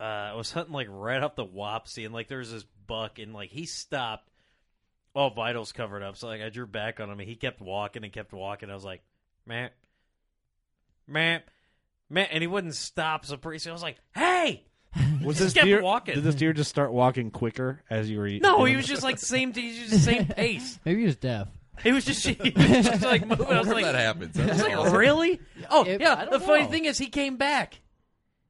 Speaker 4: uh, I was hunting like right off the Wapsie, and like there was this buck, and like he stopped, all vitals covered up. So like I drew back on him, and he kept walking and kept walking. I was like, man, man, man, and he wouldn't stop. So pretty soon I was like, hey,
Speaker 6: Was
Speaker 4: Just
Speaker 6: this
Speaker 4: kept
Speaker 6: deer?
Speaker 4: walking.
Speaker 6: Did this deer just start walking quicker as you were? eating?
Speaker 4: no, he was just like *laughs* same, he was just
Speaker 5: *laughs*
Speaker 4: same pace.
Speaker 5: Maybe he was deaf.
Speaker 4: He was just, he was just like moving. I was
Speaker 3: *laughs* Whenever
Speaker 4: like,
Speaker 3: that happens.
Speaker 4: I was
Speaker 3: That's
Speaker 4: like,
Speaker 3: awesome. *laughs*
Speaker 4: really? Oh,
Speaker 5: It- I
Speaker 4: yeah.
Speaker 5: don't
Speaker 4: The funny
Speaker 5: know.
Speaker 4: thing is, he came back.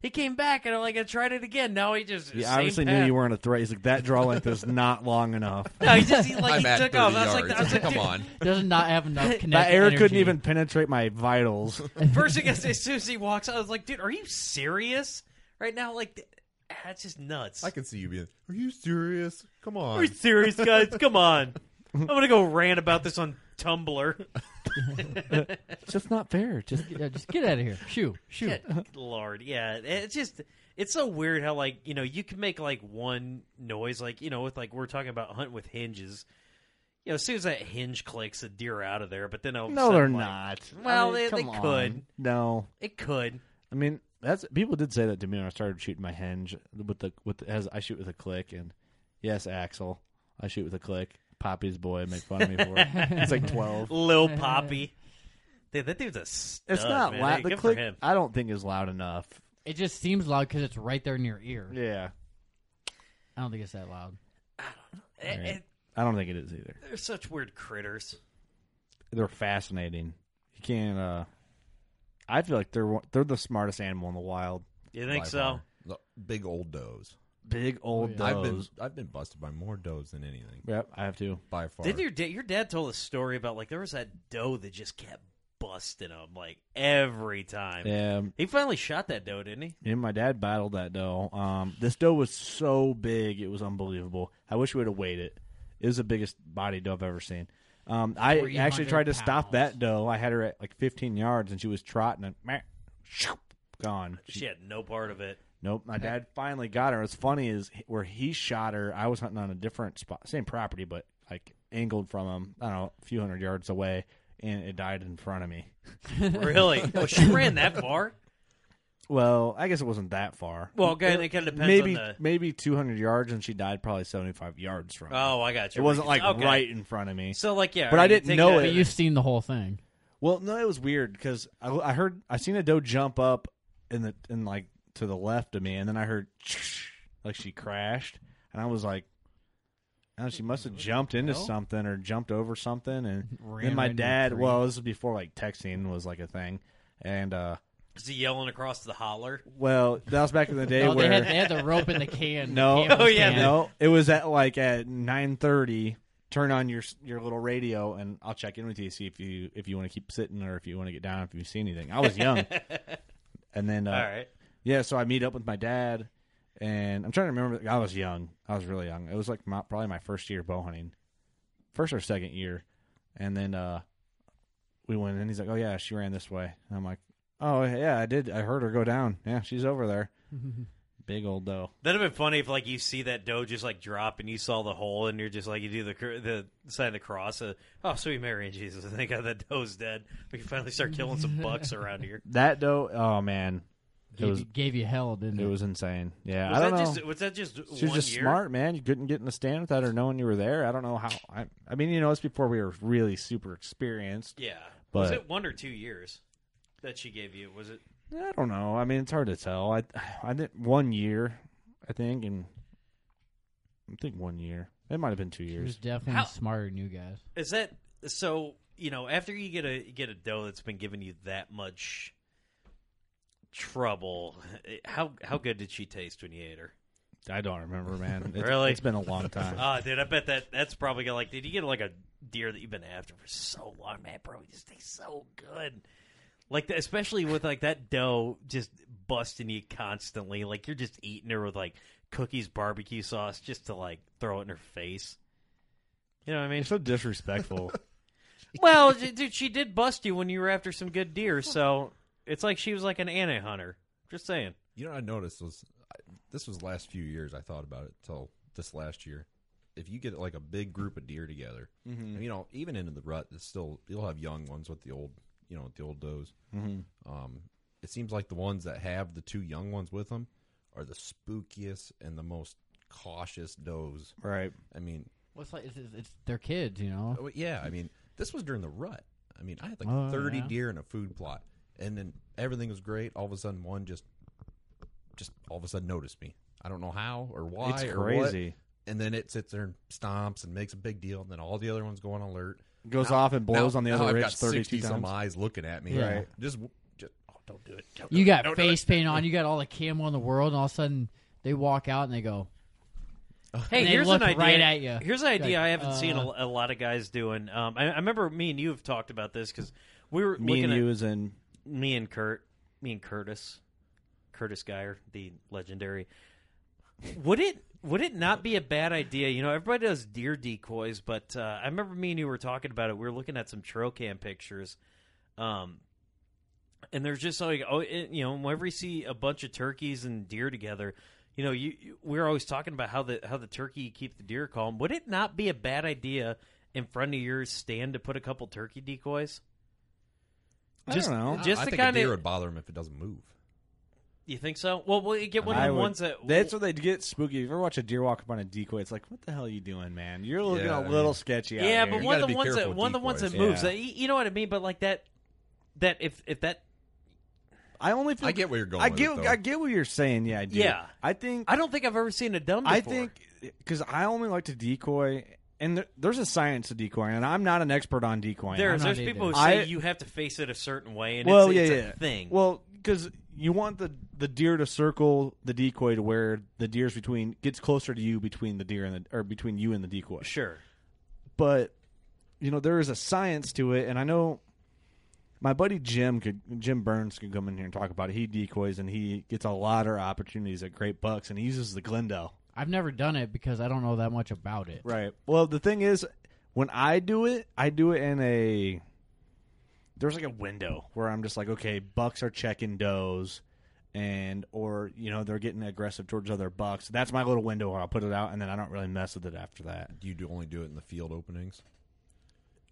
Speaker 4: He came back, and I'm like, I tried it again. Now he just
Speaker 6: He
Speaker 4: same
Speaker 6: obviously
Speaker 4: path.
Speaker 6: knew you weren't a threat. He's like that draw length is not long enough.
Speaker 4: *laughs* No, he just he, like
Speaker 3: I'm
Speaker 4: he
Speaker 3: at
Speaker 4: took
Speaker 3: 30
Speaker 4: off. I
Speaker 3: yards.
Speaker 4: was like, I was like,
Speaker 3: Come
Speaker 4: dude,
Speaker 3: on.
Speaker 5: Doesn't not
Speaker 4: *laughs*
Speaker 5: have enough connection.
Speaker 6: That air couldn't even penetrate my vitals.
Speaker 4: First thing I say, as soon as he walks, out, I was like, dude, are you serious right now? Like, That's just nuts.
Speaker 3: I can see you being. Are you serious? Come on.
Speaker 4: Are you serious, guys? Come
Speaker 6: *laughs*
Speaker 4: on. I'm gonna go rant about this on Tumblr.
Speaker 6: It's just not fair. Just
Speaker 5: Yeah, just get out of here. Shoo, shoo.
Speaker 4: Good Lord, yeah. It's just it's so weird how like you know you can make like one noise like you know with like we're talking about hunting with hinges. You know, as soon as that hinge clicks, a deer out of there. But then all of a
Speaker 6: no,
Speaker 4: sudden,
Speaker 6: they're
Speaker 4: like-
Speaker 6: not. I
Speaker 4: Well,
Speaker 6: mean,
Speaker 4: they- they
Speaker 6: come
Speaker 4: could.
Speaker 6: on. No,
Speaker 4: It could.
Speaker 6: I mean that's people did say that to me when I started shooting my hinge with the with the, as I shoot with a click and yes, Axel, I shoot with a click. Poppy's boy make fun of me
Speaker 4: *laughs*
Speaker 6: for it. He's like twelve. *laughs*
Speaker 4: Lil Poppy. Dude, that dude's a stud,
Speaker 6: It's not
Speaker 4: man.
Speaker 6: loud.
Speaker 4: Hey,
Speaker 6: the
Speaker 4: good
Speaker 6: click,
Speaker 4: for him.
Speaker 6: I don't think is loud enough.
Speaker 5: It just seems loud because it's right there in your ear.
Speaker 6: Yeah,
Speaker 5: I don't think it's that loud.
Speaker 4: Eh, eh,
Speaker 6: I don't think it is either.
Speaker 4: they're such weird critters.
Speaker 6: They're fascinating. You can't. uh I feel like they're one- they're the smartest animal in the wild.
Speaker 4: You think
Speaker 3: By
Speaker 4: so?
Speaker 3: far. The big old does.
Speaker 6: Big old
Speaker 5: yeah.
Speaker 3: I've been
Speaker 6: does.
Speaker 3: I've been busted by more does than anything
Speaker 6: Yep, I have to.
Speaker 3: by far.
Speaker 4: Did your da- your dad told a story about like there was that doe that just kept busting him like every time.
Speaker 6: Yeah, um,
Speaker 4: He finally shot that doe, didn't he?
Speaker 6: me and my dad battled that doe. Um, this doe was so big, it was unbelievable. I wish we would have weighed it. It was the biggest body doe I've ever seen. Um, I
Speaker 5: 300
Speaker 6: actually tried to stop
Speaker 5: pounds.
Speaker 6: that doe. I had her at like 15 yards, and she was trotting and meh, shoop, gone. She-
Speaker 4: She had no part of it.
Speaker 6: Nope. My dad finally got her. What's funny is he- where he shot her, I was hunting on a different spot, same property, but like angled from him, I don't know, a few hundred yards away, and it died in front of me. *laughs*
Speaker 4: Really? well, she ran that far.
Speaker 6: Well, I guess it wasn't that far.
Speaker 4: Well, again, it kinda depends
Speaker 6: Maybe
Speaker 4: on the-
Speaker 6: maybe 200 yards, and she died probably 75 yards from. me.
Speaker 4: Oh, I got
Speaker 6: it
Speaker 4: you.
Speaker 6: wasn't like
Speaker 4: Okay.
Speaker 6: right in front of me.
Speaker 4: So like yeah,
Speaker 6: But I
Speaker 4: you
Speaker 6: didn't
Speaker 4: take
Speaker 6: know
Speaker 4: that-
Speaker 6: it.
Speaker 5: You've seen the whole thing.
Speaker 6: Well, no, it was weird because I, I heard I seen a doe jump up in the in like to the left of me, and then I heard *sniffs* like she crashed, and I was like, "Oh, she must have jumped into something or jumped over something." And
Speaker 5: *laughs* Ran
Speaker 6: then my
Speaker 5: right into a
Speaker 6: dad,
Speaker 5: tree.
Speaker 6: well, this was before like texting was like a thing, and uh,
Speaker 4: Is he yelling across the holler?
Speaker 6: well, that was back in the day
Speaker 5: No,
Speaker 6: where
Speaker 5: they had, they had the rope in
Speaker 4: *laughs*
Speaker 5: the can.
Speaker 6: no,
Speaker 5: The can
Speaker 4: Oh,
Speaker 5: was
Speaker 4: yeah,
Speaker 5: canned.
Speaker 6: no, it was at like at nine thirty. Turn on your your little radio, and I'll check in with you see if you if you want to keep sitting or if you want to get down if you see anything. I was
Speaker 4: *laughs*
Speaker 6: young, and then uh,
Speaker 4: All right.
Speaker 6: yeah, so I meet up with my dad, and I'm trying to remember. I was young. I was really young. It was like my, probably my first year bow hunting, first or second year, and then uh, we went. And he's like, "Oh yeah, she ran this way." And I'm like, "Oh yeah, I did. I heard her go down. Yeah, she's over
Speaker 4: *laughs*
Speaker 6: there." Big old doe.
Speaker 4: That'd have been funny if like you see that doe just like drop and you saw the hole and you're just like you do the cr- the sign of the cross. Uh, oh, sweet Mary and Jesus! *laughs* Thank God that doe's dead. We can finally start killing
Speaker 6: *laughs*
Speaker 4: some bucks around here.
Speaker 6: That doe. Oh man, it
Speaker 5: Gave,
Speaker 6: was
Speaker 5: you, gave you hell, didn't it?
Speaker 6: it was insane. Yeah,
Speaker 4: Was
Speaker 6: I don't
Speaker 4: that
Speaker 6: know.
Speaker 4: just was that just
Speaker 6: she was
Speaker 4: one
Speaker 6: just
Speaker 4: year?
Speaker 6: smart, man. You couldn't get in the stand without her knowing you were there. I don't know how. I, I mean, you know, it's before we were really super experienced.
Speaker 4: Yeah. was
Speaker 6: But-
Speaker 4: it one or two years that she gave you? Was it
Speaker 6: I don't know. I mean, it's hard to tell. I I did one year, I think, and I think one year. It might have been two
Speaker 5: She was
Speaker 6: years.
Speaker 5: definitely
Speaker 4: How-
Speaker 5: smarter than you guys.
Speaker 4: Is that so? You know, after you get a get a dough that's been giving you that much trouble, how how good did she taste when you ate her?
Speaker 6: I don't remember, man. *laughs* It's-
Speaker 4: Really?
Speaker 6: it's been a long time.
Speaker 4: Ah, dude, I bet that that's probably got like, did you get like a deer that you've been after for so long, man, bro? It just tastes so good. Like, the- especially with like that dough just busting you constantly. Like you're just eating her with like cookies, barbecue sauce, just to like throw it in her face. You know what I mean?
Speaker 6: You're so *laughs* disrespectful.
Speaker 4: Well, d- dude, she did bust you when you were after some good deer, so it's like she was like an anti hunter. Just saying.
Speaker 3: You know, what I noticed was I, this was last few years. I thought about it till this last year. If you get like a big group of deer together, you know, even into the rut, it's still you'll have young ones with the old, you know, with the old does. Um, it seems like the ones that have the two young ones with them are the spookiest and the most cautious does.
Speaker 6: right.
Speaker 3: I mean,
Speaker 5: Well, it's like it's, it's, it's their kids, you know.
Speaker 3: Oh, yeah, I mean, this was during the rut. I mean, I had like
Speaker 5: Oh,
Speaker 3: 30
Speaker 5: yeah.
Speaker 3: deer in a food plot, and then everything was great. All of a sudden, one just, just all of a sudden noticed me. I don't know how or why
Speaker 6: It's
Speaker 3: or what.
Speaker 6: crazy.
Speaker 3: And then it sits there and stomps and makes a big deal, and then all the other ones go on alert.
Speaker 6: Goes off and blows
Speaker 3: Now-
Speaker 6: on the
Speaker 3: now
Speaker 6: other
Speaker 3: I've
Speaker 6: ridge
Speaker 3: got
Speaker 6: 32
Speaker 3: 60 some
Speaker 6: times.
Speaker 3: eyes looking at me.
Speaker 5: Right.
Speaker 3: Just, just oh, don't do it. Don't do
Speaker 5: You
Speaker 3: it.
Speaker 5: got
Speaker 3: Don't do
Speaker 5: face
Speaker 3: it.
Speaker 5: paint on. You got all the camo in the world, and all of a sudden they walk out and they go,
Speaker 4: Hey,
Speaker 5: They
Speaker 4: here's
Speaker 5: look
Speaker 4: an idea.
Speaker 5: right at ya.
Speaker 4: Here's an idea
Speaker 5: Like,
Speaker 4: I haven't seen a,
Speaker 5: uh,
Speaker 4: a lot of guys doing. Um, I, I remember me and you have talked about this because we were
Speaker 6: Me
Speaker 4: looking
Speaker 6: and
Speaker 4: at
Speaker 6: you is in.
Speaker 4: me and Kurt, me and Curtis, Curtis Geyer, the legendary. Would it would it not be a bad idea? You know, everybody does deer decoys, but uh, I remember me and you were talking about it. We were looking at some trail cam pictures, um, and there's just like oh, it, you know, whenever you see a bunch of turkeys and deer together, you know, you, you we're always talking about how the how the turkey keep the deer calm. Would it not be a bad idea in front of your stand to put a couple turkey decoys?
Speaker 6: I
Speaker 4: Just-
Speaker 6: don't know.
Speaker 4: just
Speaker 3: I
Speaker 4: the
Speaker 3: think a
Speaker 4: kinda-
Speaker 3: deer would bother him if it doesn't move.
Speaker 4: You think so? Well, well, you get one of
Speaker 6: I
Speaker 4: the
Speaker 6: would-
Speaker 4: ones that
Speaker 6: That's what they get spooky. If you ever watch a deer walk up on a decoy, it's like, what the hell are you doing, man? You're looking
Speaker 3: Yeah,
Speaker 6: a
Speaker 3: I
Speaker 6: little
Speaker 3: mean-
Speaker 6: sketchy. out
Speaker 4: Yeah,
Speaker 6: here.
Speaker 4: but one
Speaker 3: You gotta
Speaker 4: of the
Speaker 3: be
Speaker 4: ones
Speaker 3: careful
Speaker 4: that
Speaker 3: with
Speaker 4: one of the ones that
Speaker 3: decoys.
Speaker 4: moves.
Speaker 6: Yeah.
Speaker 4: That, you you know what I mean? But like that, that if if that,
Speaker 6: I only feel
Speaker 3: I get where you're going
Speaker 6: I
Speaker 3: with
Speaker 6: get
Speaker 3: it, though.
Speaker 6: I get what you're saying. Yeah, I do.
Speaker 4: Yeah.
Speaker 6: I think
Speaker 4: I don't think I've ever seen a dumb. Before.
Speaker 6: I think because I only like to decoy, and there, there's a science to decoying, and I'm not an expert on decoying.
Speaker 5: I'm
Speaker 4: there's
Speaker 5: not
Speaker 4: there's
Speaker 5: either.
Speaker 4: people who say
Speaker 6: I-
Speaker 4: you have to face it a certain way, and
Speaker 6: well,
Speaker 4: it's,
Speaker 6: yeah,
Speaker 4: it's
Speaker 6: yeah.
Speaker 4: a thing.
Speaker 6: Well, because you want the the deer to circle the decoy to where the deer's between gets closer to you between the deer and the or between you and the decoy.
Speaker 4: sure.
Speaker 6: but you know there is a science to it and i know my buddy jim could jim burns could come in here and talk about it he decoys and he gets a lot of opportunities at great bucks and he uses the glendale
Speaker 5: I've never done it because I don't know that much about it.
Speaker 6: right well the thing is when i do it i do it in a there's like a window where i'm just like okay bucks are checking does and or you know they're getting aggressive towards other bucks that's my little window where i'll put it out and then i don't really mess with it after that
Speaker 3: Do you do only do it in the field openings?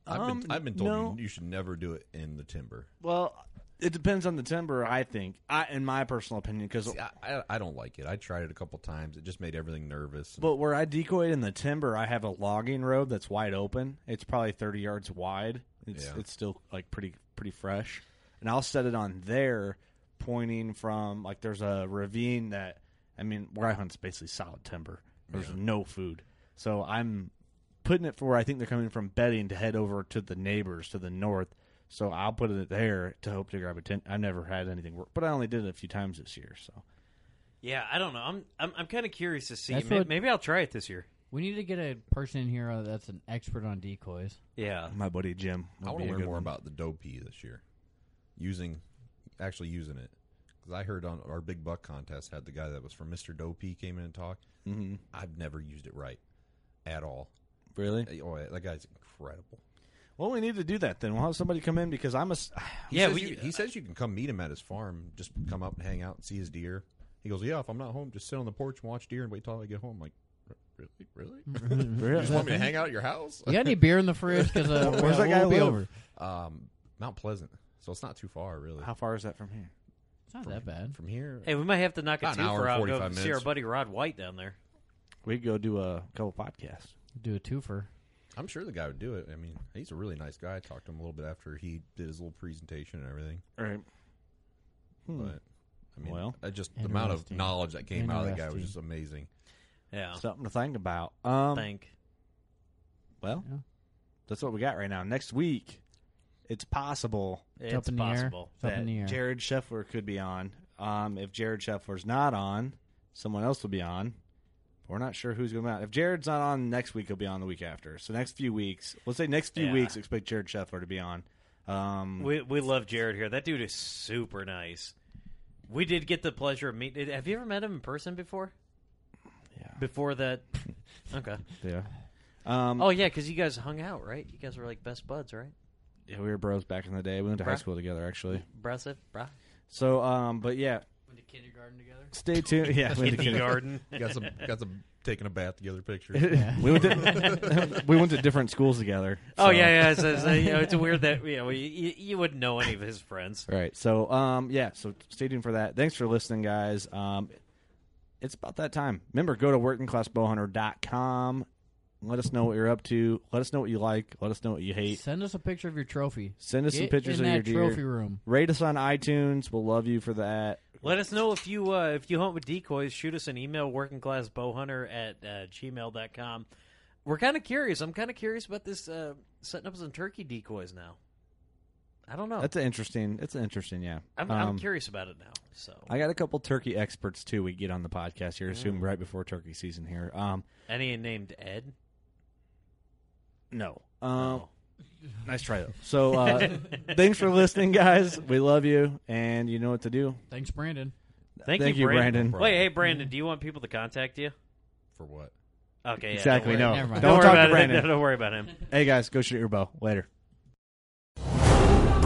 Speaker 3: I've been,
Speaker 6: Um,
Speaker 3: I've been told
Speaker 6: no.
Speaker 3: you, you should never do it in the timber.
Speaker 6: Well, it depends on the timber, I think. I, in my personal opinion, because
Speaker 3: See, I, I, I don't like it. I tried it a couple times. It just made everything nervous. and-
Speaker 6: but where I decoy in the timber, I have a logging road that's wide open. It's probably thirty yards wide. It's
Speaker 3: Yeah.
Speaker 6: it's still like pretty pretty fresh, and I'll set it on there, pointing from like there's a ravine that I mean where I hunt's basically solid timber. There's no food, so I'm putting it for where I think they're coming from bedding to head over to the neighbors to the north. So I'll put it there to hope to grab a tent. I've never had anything work, but I only did it a few times this year. So
Speaker 4: Yeah, I don't know. I'm I'm, I'm kind of curious to see.
Speaker 5: That's
Speaker 4: May-
Speaker 5: what-
Speaker 4: Maybe I'll try it this year.
Speaker 5: We need to get a person in here uh, that's an expert on
Speaker 6: *laughs*
Speaker 5: decoys.
Speaker 4: Yeah.
Speaker 6: my buddy Jim,
Speaker 3: Uh, I
Speaker 6: would
Speaker 3: want
Speaker 6: be a
Speaker 3: to learn
Speaker 6: good
Speaker 3: more
Speaker 6: one.
Speaker 3: about the doe pea this year, using, actually using it. Because I heard on our big buck contest had the guy that was from Mister Doe Pea came in and talked.
Speaker 6: Mhm.
Speaker 3: I've never used it right, at all.
Speaker 6: really.
Speaker 3: Hey, Oh, that guy's incredible.
Speaker 6: Well, we need to do that then. We'll have somebody come in because I'm a. s- *sighs*
Speaker 3: He
Speaker 4: yeah.
Speaker 3: says
Speaker 4: we,
Speaker 3: you, he says you can come meet him at his farm. Just come up and hang out and see his deer. He goes, yeah. If I'm not home, just sit on the porch and watch deer and wait till I get home. I'm like, "Re- really, really? *laughs* you just want me to hang out at your house?
Speaker 5: You got any beer in the fridge? Because uh,
Speaker 6: Where's
Speaker 5: we'll,
Speaker 6: that guy
Speaker 5: we'll be
Speaker 6: live?
Speaker 5: over.
Speaker 3: Um, Mount Pleasant. So it's not too far, really.
Speaker 6: How far is that from here?
Speaker 5: It's not that bad.
Speaker 3: From here,
Speaker 4: hey, we might have to knock a
Speaker 3: About
Speaker 4: two
Speaker 3: an hour
Speaker 4: for
Speaker 3: and
Speaker 4: out and go
Speaker 3: 45
Speaker 4: see our
Speaker 3: minutes.
Speaker 4: buddy Rod White down there.
Speaker 6: We could go do a couple podcasts.
Speaker 5: Do a twofer.
Speaker 3: I'm sure the guy would do it. I mean, he's a really nice guy. I talked to him a little bit after he did his little presentation and everything.
Speaker 6: All right. Hmm.
Speaker 3: But I mean,
Speaker 6: Well,
Speaker 3: I just the amount of
Speaker 5: interesting.
Speaker 3: knowledge that came out of that guy was
Speaker 5: Interesting.
Speaker 3: just amazing.
Speaker 4: Yeah.
Speaker 6: Something to think about. Um,
Speaker 4: Thank.
Speaker 6: Well,
Speaker 5: Yeah.
Speaker 6: that's what we got right now. Next week, it's possible
Speaker 5: It's
Speaker 4: It's
Speaker 5: up in
Speaker 4: possible.
Speaker 5: the air. It's up
Speaker 6: that
Speaker 5: in the air.
Speaker 6: Jared Scheffler could be on. Um, if Jared Scheffler's not on, someone else will be on. We're not sure who's going to be on. If Jared's not on next week, he'll be on the week after. So next few weeks, let's say next few
Speaker 4: Yeah.
Speaker 6: weeks, expect Jared Scheffler to be on. Um,
Speaker 4: We we love Jared here. That dude is super nice. We did get the pleasure of meeting. Have you ever met him in person before?
Speaker 6: Yeah.
Speaker 4: Before that, *laughs* okay.
Speaker 6: yeah. Um,
Speaker 4: Oh yeah, because you guys hung out, right? You guys were like best buds, right?
Speaker 6: yeah, we were bros back in the day. We went to high
Speaker 4: Bruh.
Speaker 6: school together, actually.
Speaker 4: Impressive, bruh.
Speaker 6: So, um, but yeah,
Speaker 5: Went to kindergarten together.
Speaker 4: *laughs*
Speaker 6: stay tuned. Yeah, we went to
Speaker 4: Kindergarten.
Speaker 3: Got some, got
Speaker 5: *laughs*
Speaker 3: some taking a bath together pictures.
Speaker 6: we went to *laughs* we went to different schools together.
Speaker 4: Oh
Speaker 6: so-
Speaker 4: yeah, yeah. It's, it's, uh, you know, it's weird that you, know, you, you you wouldn't know any of his friends.
Speaker 6: Right. So um yeah, so stay tuned for that. Thanks for listening, guys. Um it's about that time. Remember, go to workingclassbowhunter.com. Let us know what you're up to. Let us know what you like. Let us know what you hate.
Speaker 5: Send us a picture of your trophy.
Speaker 6: Send us some
Speaker 5: Get
Speaker 6: pictures
Speaker 5: in
Speaker 6: of your
Speaker 5: that
Speaker 6: deer.
Speaker 5: trophy room.
Speaker 6: Rate us on iTunes. We'll love you for that.
Speaker 4: Let us know if you uh, if you hunt with decoys. Shoot us an email, workingclassbowhunter at uh, gmail.com. We're kind of curious. I'm kind of curious about this uh, setting up some turkey decoys now. I don't know.
Speaker 6: That's an interesting. It's an interesting, yeah.
Speaker 4: Oh. I'm, I'm
Speaker 6: Um,
Speaker 4: curious about it now. So
Speaker 6: I got a couple turkey experts too. We get on the podcast here, assume right before turkey season here. Um,
Speaker 4: any named Ed?
Speaker 6: no. Um, Nice try though. So
Speaker 4: *laughs*
Speaker 6: uh, thanks for listening, guys. We love you, and you know what to do.
Speaker 5: Thanks, Brandon.
Speaker 4: Thank,
Speaker 6: Thank
Speaker 4: you,
Speaker 6: you,
Speaker 4: Brandon.
Speaker 6: Brandon.
Speaker 4: Wait, hey, Brandon, do you want people to contact you?
Speaker 3: for what?
Speaker 4: Okay, yeah,
Speaker 6: Exactly,
Speaker 4: Don't
Speaker 6: no.
Speaker 4: worry,
Speaker 5: Never mind.
Speaker 6: Don't
Speaker 4: worry
Speaker 6: talk to
Speaker 4: about It. *laughs*
Speaker 6: Brandon.
Speaker 4: Don't worry about him.
Speaker 6: Hey guys, go shoot your bow later.